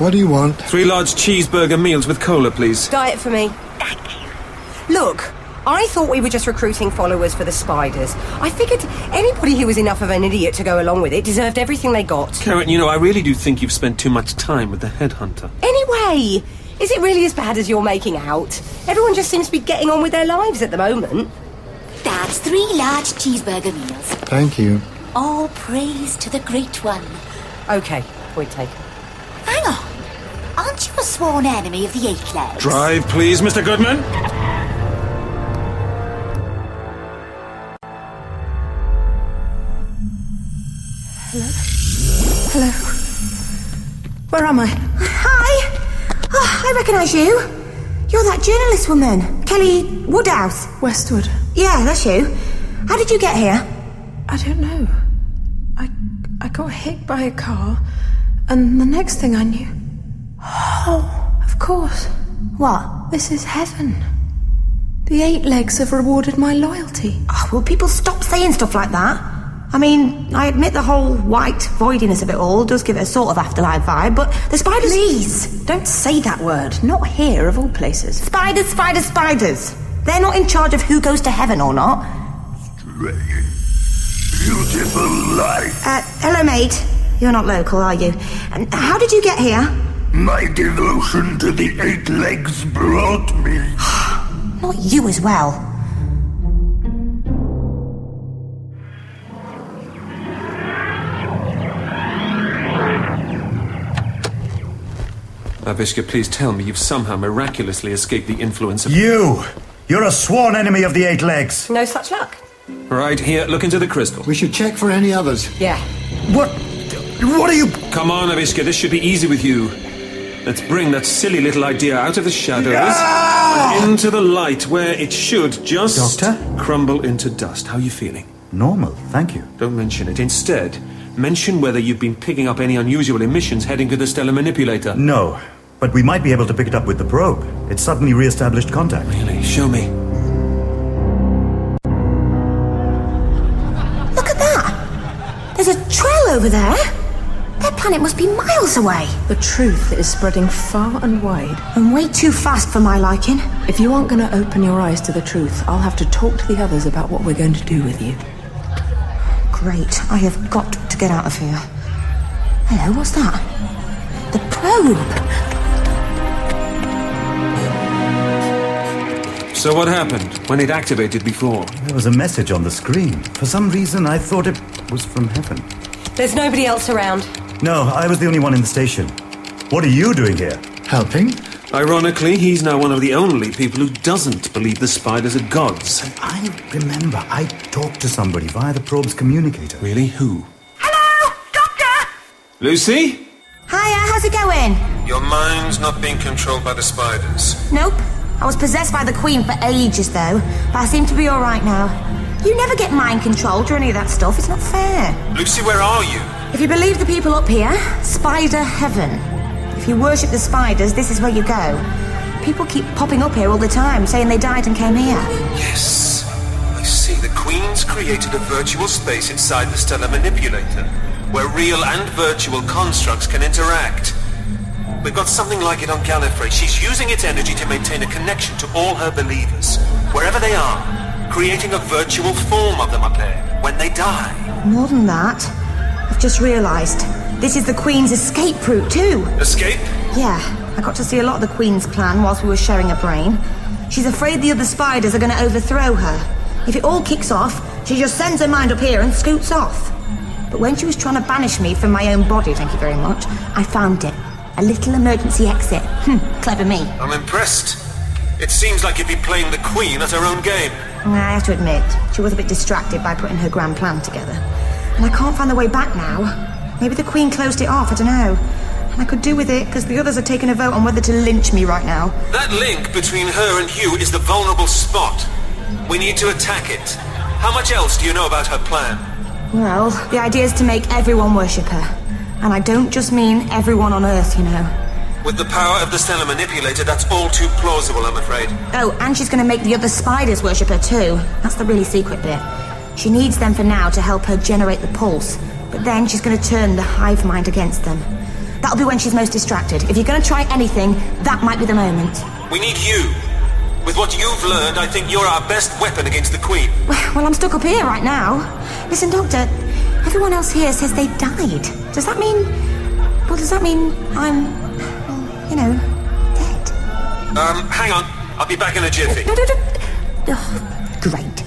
[SPEAKER 2] What do you want?
[SPEAKER 6] Three large cheeseburger meals with cola, please.
[SPEAKER 1] Diet for me. Thank you. Look, I thought we were just recruiting followers for the spiders. I figured anybody who was enough of an idiot to go along with it deserved everything they got.
[SPEAKER 6] Karen, you know, I really do think you've spent too much time with the headhunter.
[SPEAKER 1] Anyway, is it really as bad as you're making out? Everyone just seems to be getting on with their lives at the moment.
[SPEAKER 22] That's three large cheeseburger meals.
[SPEAKER 2] Thank you.
[SPEAKER 22] All praise to the Great One.
[SPEAKER 1] Okay, point taken.
[SPEAKER 22] Hang on. Aren't you a sworn enemy of the Eight Legs?
[SPEAKER 6] Drive, please, Mr. Goodman.
[SPEAKER 4] Hello.
[SPEAKER 5] Where am I?
[SPEAKER 3] Hi! Oh, I recognise you. You're that journalist woman, Kelly Woodhouse.
[SPEAKER 5] Westwood.
[SPEAKER 3] Yeah, that's you. How did you get here?
[SPEAKER 5] I don't know. I I got hit by a car, and the next thing I knew, oh, of course.
[SPEAKER 3] What?
[SPEAKER 5] This is heaven. The eight legs have rewarded my loyalty.
[SPEAKER 3] Oh, will people stop saying stuff like that? I mean, I admit the whole white voidiness of it all does give it a sort of afterlife vibe, but the spiders.
[SPEAKER 5] Please, don't say that word. Not here, of all places.
[SPEAKER 3] Spiders, spiders, spiders! They're not in charge of who goes to heaven or not.
[SPEAKER 23] Beautiful life,
[SPEAKER 3] Uh, hello, maid. You're not local, are you? And how did you get here?
[SPEAKER 23] my devotion to the eight legs brought me.
[SPEAKER 3] Not you as well.
[SPEAKER 6] Abishka, please tell me you've somehow miraculously escaped the influence of.
[SPEAKER 8] You! You're a sworn enemy of the Eight Legs!
[SPEAKER 1] No such luck.
[SPEAKER 6] Right here, look into the crystal.
[SPEAKER 2] We should check for any others.
[SPEAKER 1] Yeah.
[SPEAKER 8] What? What are you.
[SPEAKER 6] Come on, Abishka, this should be easy with you. Let's bring that silly little idea out of the shadows and into the light where it should just crumble into dust. How are you feeling?
[SPEAKER 8] Normal, thank you.
[SPEAKER 6] Don't mention it. Instead, mention whether you've been picking up any unusual emissions heading for the stellar manipulator.
[SPEAKER 8] No, but we might be able to pick it up with the probe. It suddenly re established contact.
[SPEAKER 6] Really? Show me.
[SPEAKER 3] Look at that! There's a trail over there. Their planet must be miles away.
[SPEAKER 5] The truth is spreading far and wide.
[SPEAKER 3] And way too fast for my liking.
[SPEAKER 5] If you aren't going to open your eyes to the truth, I'll have to talk to the others about what we're going to do with you.
[SPEAKER 3] Great, I have got to get out of here. Hello, what's that? The probe!
[SPEAKER 6] So, what happened when it activated before?
[SPEAKER 8] There was a message on the screen. For some reason, I thought it was from heaven.
[SPEAKER 3] There's nobody else around.
[SPEAKER 8] No, I was the only one in the station. What are you doing here?
[SPEAKER 2] Helping?
[SPEAKER 6] Ironically, he's now one of the only people who doesn't believe the spiders are gods.
[SPEAKER 8] I remember I talked to somebody via the probe's communicator.
[SPEAKER 6] Really? Who? Lucy?
[SPEAKER 1] Hiya, how's it going?
[SPEAKER 24] Your mind's not being controlled by the spiders.
[SPEAKER 1] Nope. I was possessed by the Queen for ages, though, but I seem to be alright now. You never get mind controlled or any of that stuff, it's not fair.
[SPEAKER 24] Lucy, where are you?
[SPEAKER 1] If you believe the people up here, spider heaven. If you worship the spiders, this is where you go. People keep popping up here all the time, saying they died and came here.
[SPEAKER 24] Yes. I see. The Queen's created a virtual space inside the Stellar Manipulator, where real and virtual constructs can interact. We've got something like it on Gallifrey. She's using its energy to maintain a connection to all her believers, wherever they are, creating a virtual form of them up there when they die.
[SPEAKER 1] More than that, I've just realised this is the Queen's escape route, too.
[SPEAKER 24] Escape?
[SPEAKER 1] Yeah, I got to see a lot of the Queen's plan whilst we were sharing a brain. She's afraid the other spiders are going to overthrow her. If it all kicks off, she just sends her mind up here and scoots off. But when she was trying to banish me from my own body, thank you very much, I found it. A little emergency exit. Hmm, clever me.
[SPEAKER 24] I'm impressed. It seems like you'd be playing the Queen at her own game.
[SPEAKER 1] I have to admit, she was a bit distracted by putting her grand plan together. And I can't find the way back now. Maybe the Queen closed it off, I don't know. And I could do with it, because the others are taking a vote on whether to lynch me right now.
[SPEAKER 24] That link between her and you is the vulnerable spot. We need to attack it. How much else do you know about her plan?
[SPEAKER 1] Well, the idea is to make everyone worship her. And I don't just mean everyone on Earth, you know.
[SPEAKER 24] With the power of the Stellar Manipulator, that's all too plausible, I'm afraid.
[SPEAKER 1] Oh, and she's gonna make the other spiders worship her too. That's the really secret bit. She needs them for now to help her generate the pulse, but then she's gonna turn the hive mind against them. That'll be when she's most distracted. If you're gonna try anything, that might be the moment.
[SPEAKER 24] We need you. With what you've learned, I think you're our best weapon against the Queen.
[SPEAKER 1] Well, I'm stuck up here right now. Listen, Doctor, everyone else here says they died. Does that mean. Well, does that mean I'm. Well, you know.
[SPEAKER 24] Um, hang on. I'll be back in a jiffy.
[SPEAKER 1] No, no, no. Oh, great.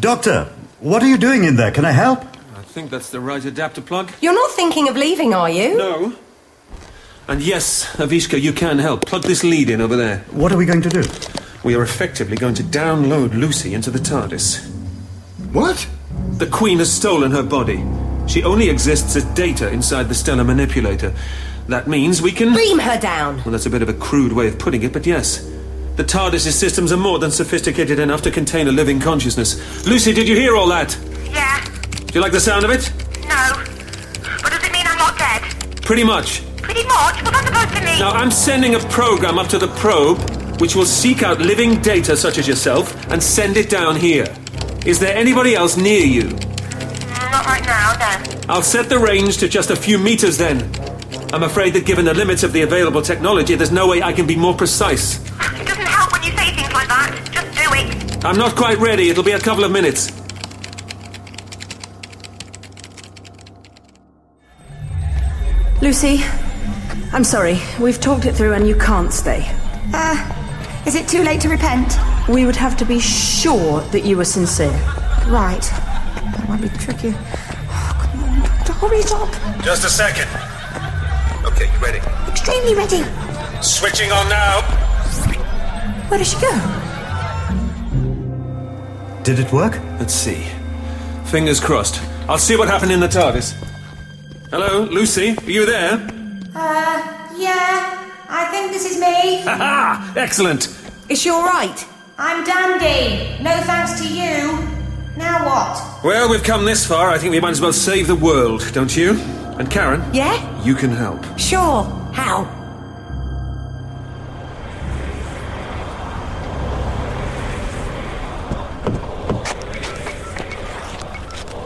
[SPEAKER 8] Doctor, what are you doing in there? Can I help?
[SPEAKER 6] I think that's the right adapter plug.
[SPEAKER 3] You're not thinking of leaving, are you?
[SPEAKER 6] No. And yes, Avishka, you can help. Plug this lead in over there.
[SPEAKER 8] What are we going to do?
[SPEAKER 6] We are effectively going to download Lucy into the TARDIS.
[SPEAKER 2] What?
[SPEAKER 6] The Queen has stolen her body. She only exists as data inside the Stellar Manipulator. That means we can.
[SPEAKER 3] Beam her down!
[SPEAKER 6] Well, that's a bit of a crude way of putting it, but yes. The TARDIS's systems are more than sophisticated enough to contain a living consciousness. Lucy, did you hear all that?
[SPEAKER 21] Yeah,
[SPEAKER 6] Do you like the sound of it?
[SPEAKER 21] no. But does it mean I'm not dead?
[SPEAKER 6] Pretty much.
[SPEAKER 21] Pretty much. What's that supposed to mean?
[SPEAKER 6] Now, I'm sending a program up to the probe which will seek out living data such as yourself and send it down here. Is there anybody else near you?
[SPEAKER 21] Mm, Not right now, no.
[SPEAKER 6] I'll set the range to just a few meters then. I'm afraid that given the limits of the available technology, there's no way I can be more precise.
[SPEAKER 21] It doesn't help when you say things like that. Just do it.
[SPEAKER 6] I'm not quite ready, it'll be a couple of minutes.
[SPEAKER 5] Lucy, I'm sorry. We've talked it through and you can't stay.
[SPEAKER 1] Ah, is it too late to repent?
[SPEAKER 5] We would have to be sure that you were sincere.
[SPEAKER 1] Right. That might be tricky. Oh, come on, Doctor, hurry it up.
[SPEAKER 24] Just a second. Okay, you ready?
[SPEAKER 1] Extremely ready.
[SPEAKER 24] Switching on now.
[SPEAKER 1] Where does she go?
[SPEAKER 8] Did it work?
[SPEAKER 6] Let's see. Fingers crossed. I'll see what happened in the TARDIS. Hello, Lucy, are you there?
[SPEAKER 1] Uh, yeah. I think this is me.
[SPEAKER 6] Aha! Excellent!
[SPEAKER 1] Is she alright? I'm dandy. No thanks to you. Now what?
[SPEAKER 6] Well, we've come this far. I think we might as well save the world, don't you? And Karen,
[SPEAKER 1] Yeah?
[SPEAKER 6] you can help.
[SPEAKER 1] Sure. How?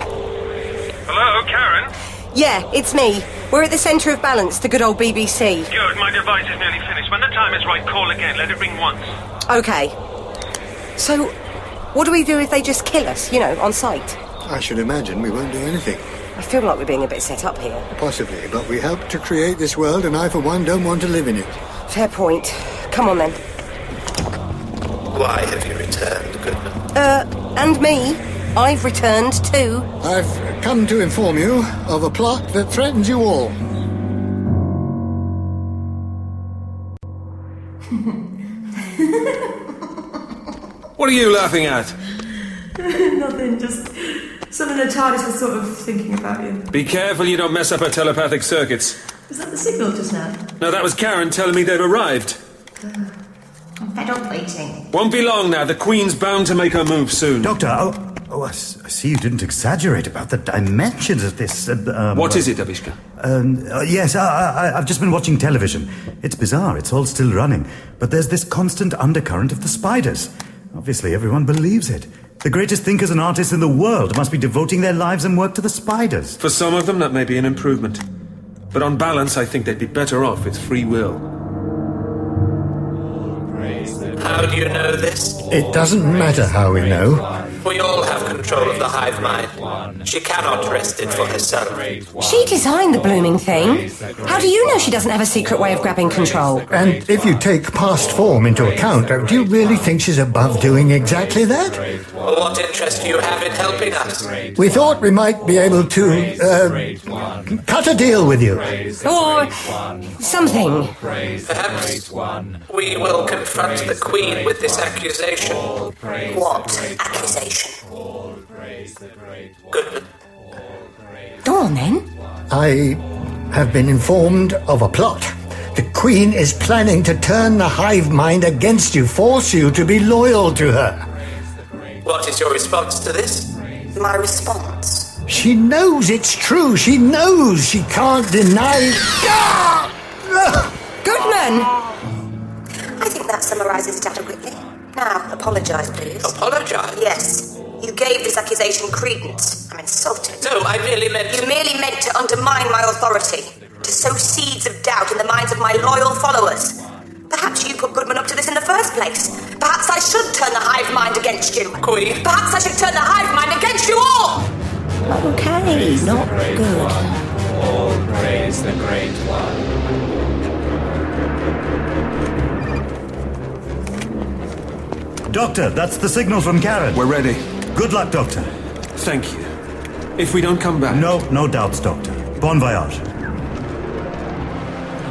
[SPEAKER 9] Hello, Karen?
[SPEAKER 3] Yeah, it's me. We're at the centre of balance, the good old BBC.
[SPEAKER 9] Good, my device is nearly finished. When the time is right, call again. Let it ring once.
[SPEAKER 3] Okay. So, what do we do if they just kill us, you know, on sight?
[SPEAKER 2] I should imagine we won't do anything.
[SPEAKER 3] I feel like we're being a bit set up here.
[SPEAKER 2] Possibly, but we helped to create this world, and I, for one, don't want to live in it.
[SPEAKER 3] Fair point. Come on then.
[SPEAKER 7] Why have you returned, Goodman?
[SPEAKER 3] Uh, and me?
[SPEAKER 1] I've returned too.
[SPEAKER 2] I've come to inform you of a plot that threatens you all.
[SPEAKER 6] What are you laughing at?
[SPEAKER 25] Nothing, just something the TARDIS was sort of thinking about you.
[SPEAKER 6] Be careful you don't mess up her telepathic circuits.
[SPEAKER 25] Was that the signal just now? Uh,
[SPEAKER 6] Now, that was Karen telling me they'd arrived.
[SPEAKER 25] I'm fed up waiting.
[SPEAKER 6] Won't be long now. The Queen's bound to make her move soon.
[SPEAKER 8] Doctor, oh, oh I, s- I see you didn't exaggerate about the dimensions of this. uh, Um,
[SPEAKER 6] What is it, Abishka?
[SPEAKER 8] Um, uh, yes, I, I, I- I've just been watching television. It's bizarre, it's all still running. But there's this constant undercurrent of the spiders. Obviously, everyone believes it. The greatest thinkers and artists in the world must be devoting their lives and work to the spiders.
[SPEAKER 6] For some of them, that may be an improvement. But on balance, I think they'd be better off with free will.
[SPEAKER 26] How do you know this?
[SPEAKER 2] It doesn't matter how we know.
[SPEAKER 26] We all have control of the hive mind. She cannot wrest it for herself.
[SPEAKER 1] She designed the blooming thing. How do you know she doesn't have a secret way of grabbing control?
[SPEAKER 2] And if you take past form into account, uh, do you really think she's above doing exactly that?
[SPEAKER 26] What interest do you have in helping us?
[SPEAKER 2] We thought we might be able to uh, cut a deal with you.
[SPEAKER 1] Or something.
[SPEAKER 26] Perhaps we will confront the Queen with this accusation. What accusation? Goodman,
[SPEAKER 1] Go on then.
[SPEAKER 2] I have been informed of a plot. The Queen is planning to turn the hive mind against you, force you to be loyal to her.
[SPEAKER 26] what is your response to this?
[SPEAKER 1] My response.
[SPEAKER 2] She knows it's true. She knows she can't deny.
[SPEAKER 1] Goodman! I think that summarizes it adequately. Now, apologize, please.
[SPEAKER 26] Apologize?
[SPEAKER 1] Yes. You gave this accusation credence. I'm insulted.
[SPEAKER 26] No, I merely meant.
[SPEAKER 1] You merely meant to undermine my authority, to sow seeds of doubt in the minds of my loyal followers. Perhaps you put Goodman up to this in the first place. Perhaps I should turn the hive mind against you.
[SPEAKER 26] Queen.
[SPEAKER 1] Perhaps I should turn the hive mind against you all!
[SPEAKER 3] Okay, not good.
[SPEAKER 27] All praise the Great One.
[SPEAKER 8] Doctor, that's the signal from Karen. We're
[SPEAKER 6] ready.
[SPEAKER 8] Good luck, Doctor.
[SPEAKER 6] Thank you. If we don't come back.
[SPEAKER 8] No, no doubts, Doctor. Bon voyage.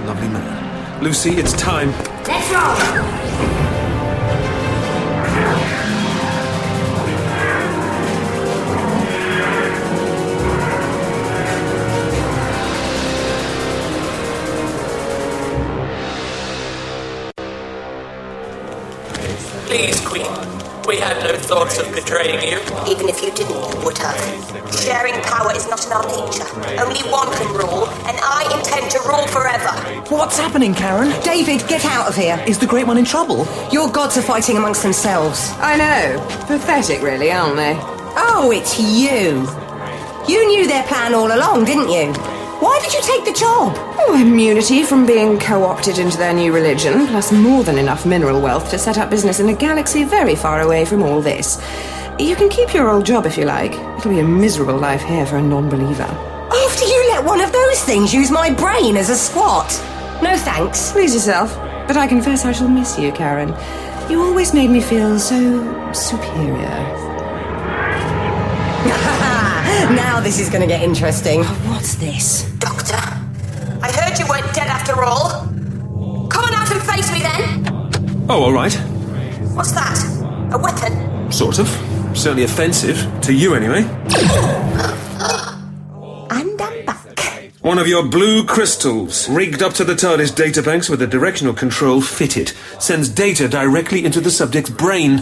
[SPEAKER 6] Lovely man. Lucy, it's time.
[SPEAKER 28] Let's roll!
[SPEAKER 26] Please, Queen. We had no thoughts of betraying you.
[SPEAKER 1] Even if you didn't, you would have. Sharing power is not in our nature. Only one can rule, and I intend to rule forever.
[SPEAKER 29] What's happening, Karen?
[SPEAKER 1] David, get out of here.
[SPEAKER 29] Is the Great One in trouble?
[SPEAKER 1] Your gods are fighting amongst themselves.
[SPEAKER 4] I know. Pathetic, really, aren't they?
[SPEAKER 1] Oh, it's you. You knew their plan all along, didn't you? Why did you take the job?
[SPEAKER 4] Oh, immunity from being co opted into their new religion, plus more than enough mineral wealth to set up business in a galaxy very far away from all this. You can keep your old job if you like. It'll be a miserable life here for a non believer.
[SPEAKER 1] After you let one of those things use my brain as a squat. No thanks.
[SPEAKER 4] Please yourself, but I confess I shall miss you, Karen. You always made me feel so superior.
[SPEAKER 1] now this is going to get interesting. What's this? Doctor, I heard you weren't dead after all. Come on out and face me then.
[SPEAKER 6] Oh, all right.
[SPEAKER 1] What's that? A weapon?
[SPEAKER 6] Sort of. Certainly offensive. To you, anyway.
[SPEAKER 3] And I'm back.
[SPEAKER 6] One of your blue crystals, rigged up to the TARDIS databanks with a directional control fitted, sends data directly into the subject's brain.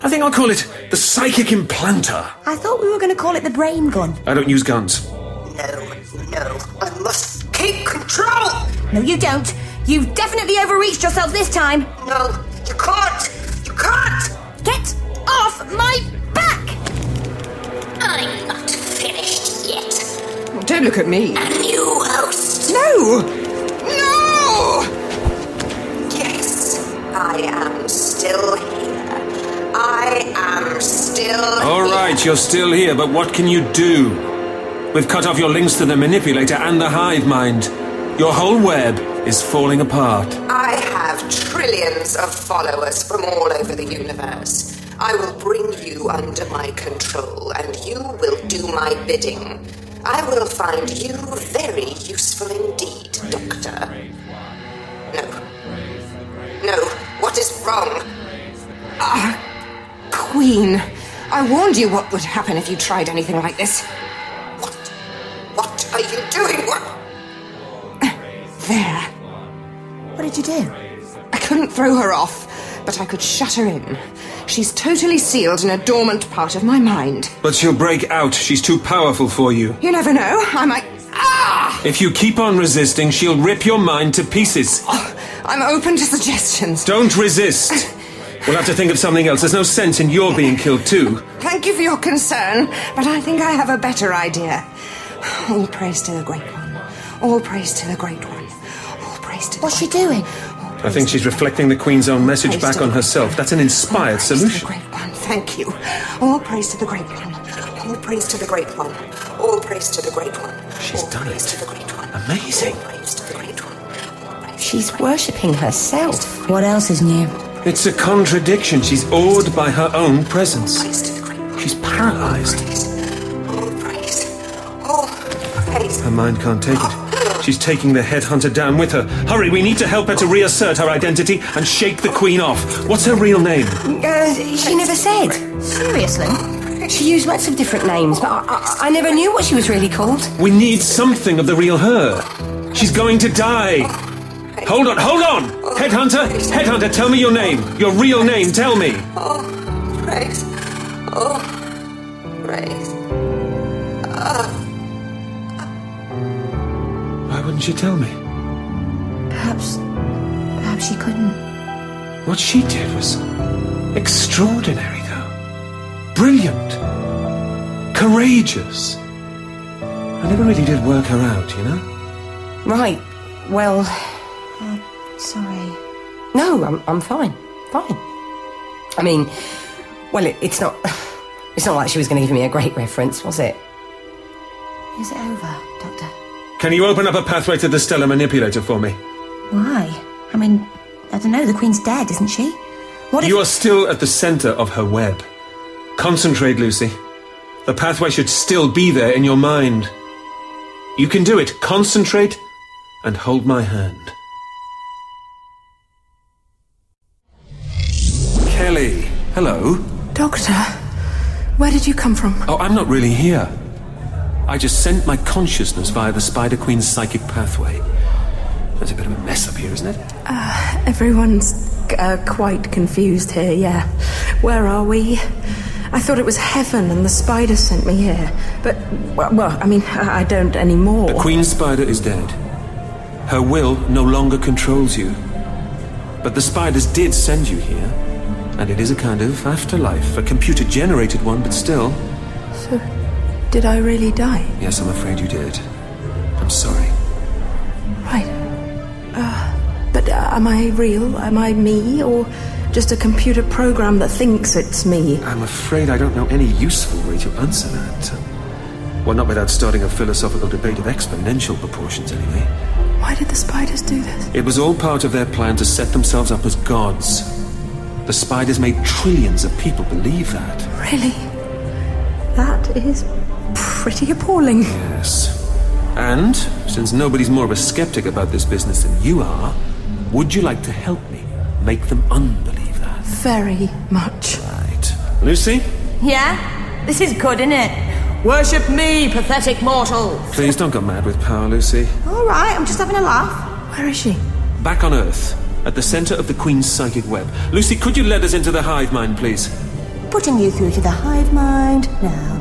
[SPEAKER 6] I think I'll call it the psychic implanter.
[SPEAKER 3] I thought we were going to call it the brain gun.
[SPEAKER 6] I don't use guns.
[SPEAKER 1] No, I must keep control.
[SPEAKER 3] No, you don't. You've definitely overreached yourself this time.
[SPEAKER 1] No, you can't. You can't.
[SPEAKER 3] Get off my back! I'm not finished yet.
[SPEAKER 4] Don't look at me.
[SPEAKER 3] You host.
[SPEAKER 4] No!
[SPEAKER 1] No! Yes, I am still here. I am still.
[SPEAKER 6] All right, you're still here, but what can you do? We've cut off your links to the manipulator and the hive mind. Your whole web is falling apart.
[SPEAKER 1] I have trillions of followers from all over the universe.
[SPEAKER 21] I will bring you under my control, and you will do my bidding. I will find you very useful indeed, Doctor. No. No, what is wrong?
[SPEAKER 4] Ah, Queen, I warned you what would happen if you tried anything like this.
[SPEAKER 21] What are you doing? What?
[SPEAKER 4] There.
[SPEAKER 15] What did you do?
[SPEAKER 4] I couldn't throw her off, but I could shut her in. She's totally sealed in a dormant part of my mind.
[SPEAKER 6] But she'll break out. She's too powerful for you.
[SPEAKER 4] You never know. I might. ah!
[SPEAKER 6] If you keep on resisting, she'll rip your mind to pieces.
[SPEAKER 4] I'm open to suggestions.
[SPEAKER 6] Don't resist. We'll have to think of something else. There's no sense in your being killed, too.
[SPEAKER 4] Thank you for your concern, but I think I have a better idea. All praise to the Great One. All praise to the Great One. All praise to the What's she
[SPEAKER 15] doing?
[SPEAKER 6] I think she's reflecting the Queen's own message back on herself. That's an inspired solution.
[SPEAKER 4] Thank you.
[SPEAKER 21] All praise to the Great One. All praise to the Great One. All praise to the Great One.
[SPEAKER 6] She's done it. Amazing.
[SPEAKER 15] She's worshipping herself. What else is new?
[SPEAKER 6] It's a contradiction. She's awed by her own presence. She's paralyzed. Her mind can't take it. She's taking the headhunter down with her. Hurry, we need to help her to reassert her identity and shake the Queen off. What's her real name?
[SPEAKER 3] Uh, she never said. Seriously? She used lots of different names, but I, I, I never knew what she was really called.
[SPEAKER 6] We need something of the real her. She's going to die. Hold on, hold on! Headhunter, headhunter, tell me your name. Your real name, tell me.
[SPEAKER 21] Praise. Oh, praise. Ah,
[SPEAKER 6] Why wouldn't you tell me?
[SPEAKER 15] Perhaps. Perhaps she couldn't.
[SPEAKER 6] What she did was extraordinary, though. Brilliant. Courageous. I never really did work her out, you know?
[SPEAKER 3] Right. Well,
[SPEAKER 15] Oh, sorry.
[SPEAKER 3] No, I'm, I'm fine. Fine. I mean, well, it, it's not. It's not like she was going to give me a great reference, was it?
[SPEAKER 15] Is it over?
[SPEAKER 6] Can you open up a pathway to the stellar manipulator for me?
[SPEAKER 15] Why? I mean, I don't know. The Queen's dead, isn't she?
[SPEAKER 6] you are still at the center of her web. Concentrate, Lucy. The pathway should still be there in your mind. You can do it. Concentrate and hold my hand. Kelly, hello.
[SPEAKER 5] Doctor, where did you come from?
[SPEAKER 6] Oh, I'm not really here. I just sent my consciousness via the Spider Queen's psychic pathway. That's a bit of a mess up here, isn't it?
[SPEAKER 5] Uh, everyone's uh, quite confused here, yeah. Where are we? I thought it was heaven and the spider sent me here. But, well, well, I mean, I I don't anymore.
[SPEAKER 6] The Queen Spider is dead. Her will no longer controls you. But the spiders did send you here, and it is a kind of afterlife, a computer generated one, but still.
[SPEAKER 5] So, did I really die?
[SPEAKER 6] Yes, I'm afraid you did. I'm sorry.
[SPEAKER 5] Right. Uh, but uh, am I real? Am I me? Or just a computer program that thinks it's me?
[SPEAKER 6] I'm afraid I don't know any useful way to answer that. Well, not without starting a philosophical debate of exponential proportions, anyway.
[SPEAKER 5] Why did the spiders do this?
[SPEAKER 6] It was all part of their plan to set themselves up as gods. The spiders made trillions of people believe that.
[SPEAKER 5] Really? That is pretty appalling.
[SPEAKER 6] Yes. And, since nobody's more of a skeptic about this business than you are, would you like to help me make them unbelieve that?
[SPEAKER 5] Very much.
[SPEAKER 6] Lucy,
[SPEAKER 30] Yeah? This is good, isn't it? Worship me, pathetic mortal.
[SPEAKER 6] please don't go mad with power, Lucy.
[SPEAKER 30] All right, I'm just having a laugh.
[SPEAKER 5] Where is she?
[SPEAKER 6] Back on Earth, at the center of the Queen's psychic web. Lucy, could you let us into the hive mind, please?
[SPEAKER 15] Putting you through to the hive mind now.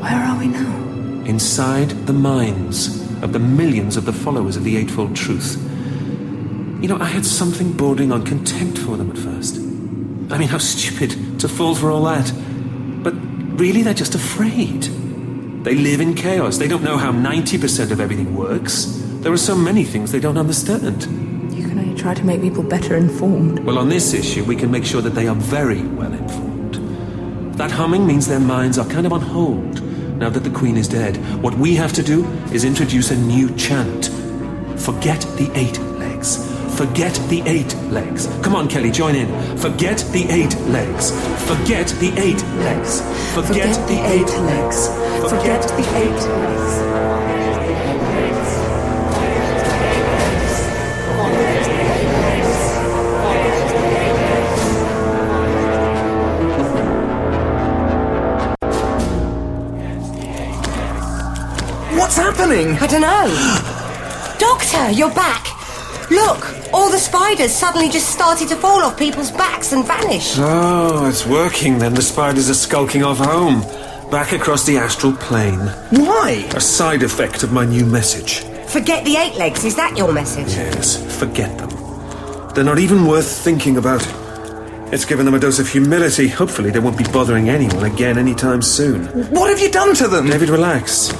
[SPEAKER 5] Where are we now?
[SPEAKER 6] Inside the minds of the millions of the followers of the Eightfold Truth. You know, I had something bordering on contempt for them at first. I mean, how stupid to fall for all that. But really, they're just afraid. They live in chaos. They don't know how 90% of everything works. There are so many things they don't understand.
[SPEAKER 5] You can only try to make people better informed.
[SPEAKER 6] Well, on this issue, we can make sure that they are very well informed. That humming means their minds are kind of on hold now that the Queen is dead. What we have to do is introduce a new chant Forget the eight legs. Forget the eight legs. Come on, Kelly, join in. Forget the eight legs. Forget the eight legs. Forget, the eight legs. Forget the eight legs.
[SPEAKER 11] What's happening? I don't know. Doctor, you're back. Look, all the spiders suddenly just started to fall off people's backs and vanish.
[SPEAKER 6] So Oh, it's working then. The spiders are skulking off home, back across the astral plane.
[SPEAKER 11] Why?
[SPEAKER 6] A side effect of my new message.
[SPEAKER 11] Forget the eight legs, is that your message?
[SPEAKER 6] Yes, forget them. They're not even worth thinking about. It's given them a dose of humility. Hopefully, they won't be bothering anyone again anytime soon.
[SPEAKER 11] What have you done to them?
[SPEAKER 6] David, relax.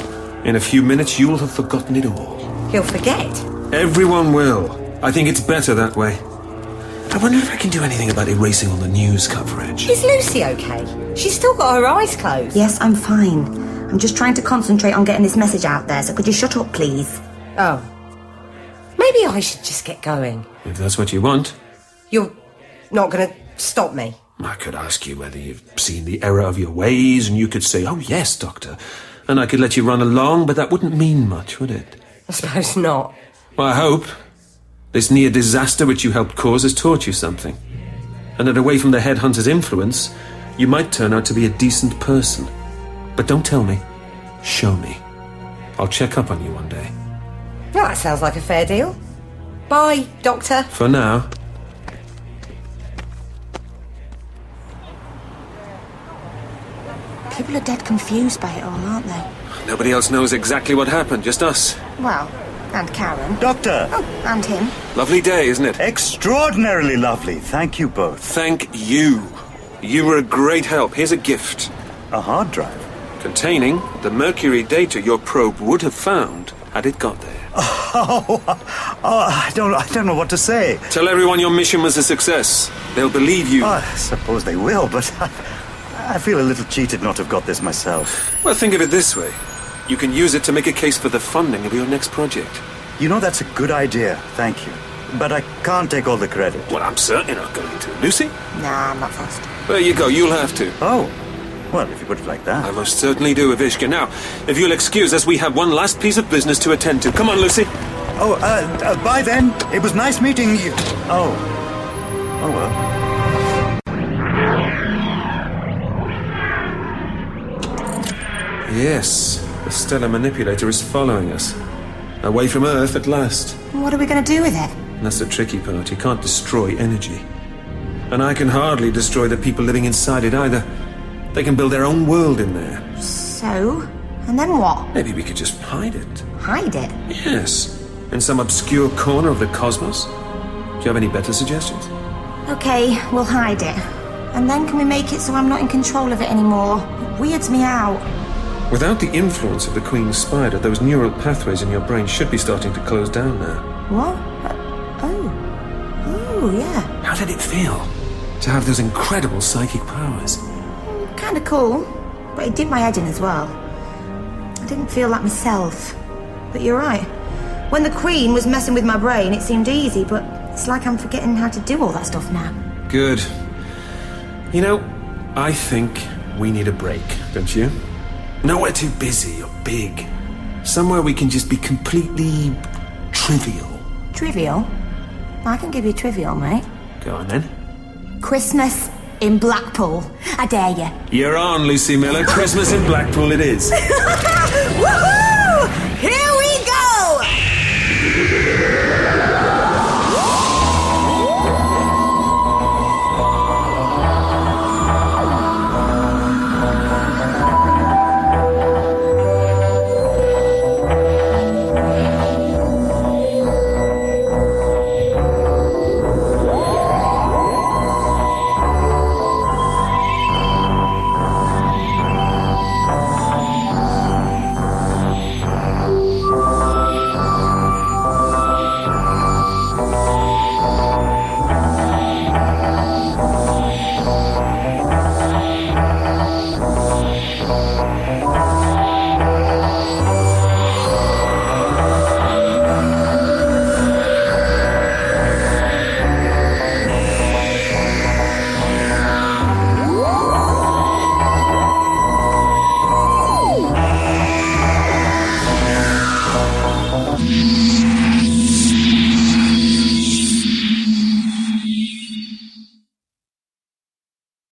[SPEAKER 6] In a few minutes, you'll have forgotten it all.
[SPEAKER 11] He'll forget.
[SPEAKER 6] Everyone will. I think it's better that way. I wonder if I can do anything about erasing all the news coverage.
[SPEAKER 11] Is Lucy okay? She's still got her eyes closed.
[SPEAKER 1] Yes, I'm fine. I'm just trying to concentrate on getting this message out there, so could you shut up, please?
[SPEAKER 11] Oh. Maybe I should just get going.
[SPEAKER 6] If that's what you want,
[SPEAKER 11] You're not going to stop me.
[SPEAKER 6] I could ask you whether you've seen the error of your ways, and you could say, Oh, yes, Doctor. And I could let you run along, but that wouldn't mean much, would it?
[SPEAKER 11] I suppose not.
[SPEAKER 6] Well, I hope. This near disaster which you helped cause has taught you something. And that away from the headhunter's influence, you might turn out to be a decent person. But don't tell me. Show me. I'll check up on you one day.
[SPEAKER 11] Well, that sounds like a fair deal. Bye, Doctor.
[SPEAKER 6] For now.
[SPEAKER 1] People are dead confused by it all, aren't they?
[SPEAKER 6] Nobody else knows exactly what happened, just us.
[SPEAKER 1] Well, and Karen.
[SPEAKER 8] Doctor!
[SPEAKER 1] Oh, and him.
[SPEAKER 6] Lovely day, isn't it?
[SPEAKER 8] Extraordinarily lovely. Thank you both.
[SPEAKER 6] Thank you. You were a great help. Here's a gift.
[SPEAKER 8] A hard drive?
[SPEAKER 6] Containing the mercury data your probe would have found had it got there.
[SPEAKER 8] Oh, I don't, I don't know what to say.
[SPEAKER 6] Tell everyone your mission was a success. They'll believe you.
[SPEAKER 8] I suppose they will, but I, I feel a little cheated not to have got this myself.
[SPEAKER 6] Well, think of it this way you can use it to make a case for the funding of your next project.
[SPEAKER 8] You know, that's a good idea. Thank you. But I can't take all the credit.
[SPEAKER 6] Well, I'm certainly not going to. Lucy?
[SPEAKER 1] Nah, I'm not fast.
[SPEAKER 6] There you go, you'll have to.
[SPEAKER 8] Oh, well, if you put it like that.
[SPEAKER 6] I most certainly do, Avishka. Now, if you'll excuse us, we have one last piece of business to attend to. Come on, Lucy.
[SPEAKER 8] Oh, uh, uh, bye then. It was nice meeting you. Oh. Oh, well.
[SPEAKER 6] Yes, the stellar manipulator is following us. Away from Earth at last.
[SPEAKER 1] What are we going to do with it?
[SPEAKER 6] And that's the tricky part. You can't destroy energy. And I can hardly destroy the people living inside it either. They can build their own world in there.
[SPEAKER 1] So, and then what?
[SPEAKER 6] Maybe we could just hide it.
[SPEAKER 1] Hide it.
[SPEAKER 6] Yes. In some obscure corner of the cosmos. Do you have any better suggestions?
[SPEAKER 1] Okay, we'll hide it. And then can we make it so I'm not in control of it anymore? It weirds me out.
[SPEAKER 6] Without the influence of the Queen's Spider, those neural pathways in your brain should be starting to close down now.
[SPEAKER 1] What? Oh. Oh, yeah.
[SPEAKER 6] How did it feel to have those incredible psychic powers?
[SPEAKER 1] Kinda cool. But it did my head in as well. I didn't feel like myself. But you're right.
[SPEAKER 11] When the Queen was messing with my brain, it seemed easy, but
[SPEAKER 1] It's like I'm forgetting how to do all that stuff now.
[SPEAKER 6] Good. You know, I think we need a break, don't you? Nowhere too busy or big. Somewhere we can just be completely trivial.
[SPEAKER 1] Trivial? I can give you trivial, mate.
[SPEAKER 6] Go on then.
[SPEAKER 1] Christmas in Blackpool. I dare you.
[SPEAKER 6] You're on, Lucy Miller. Christmas in Blackpool it is.
[SPEAKER 11] Woohoo! Here we go!
[SPEAKER 14] Thank you.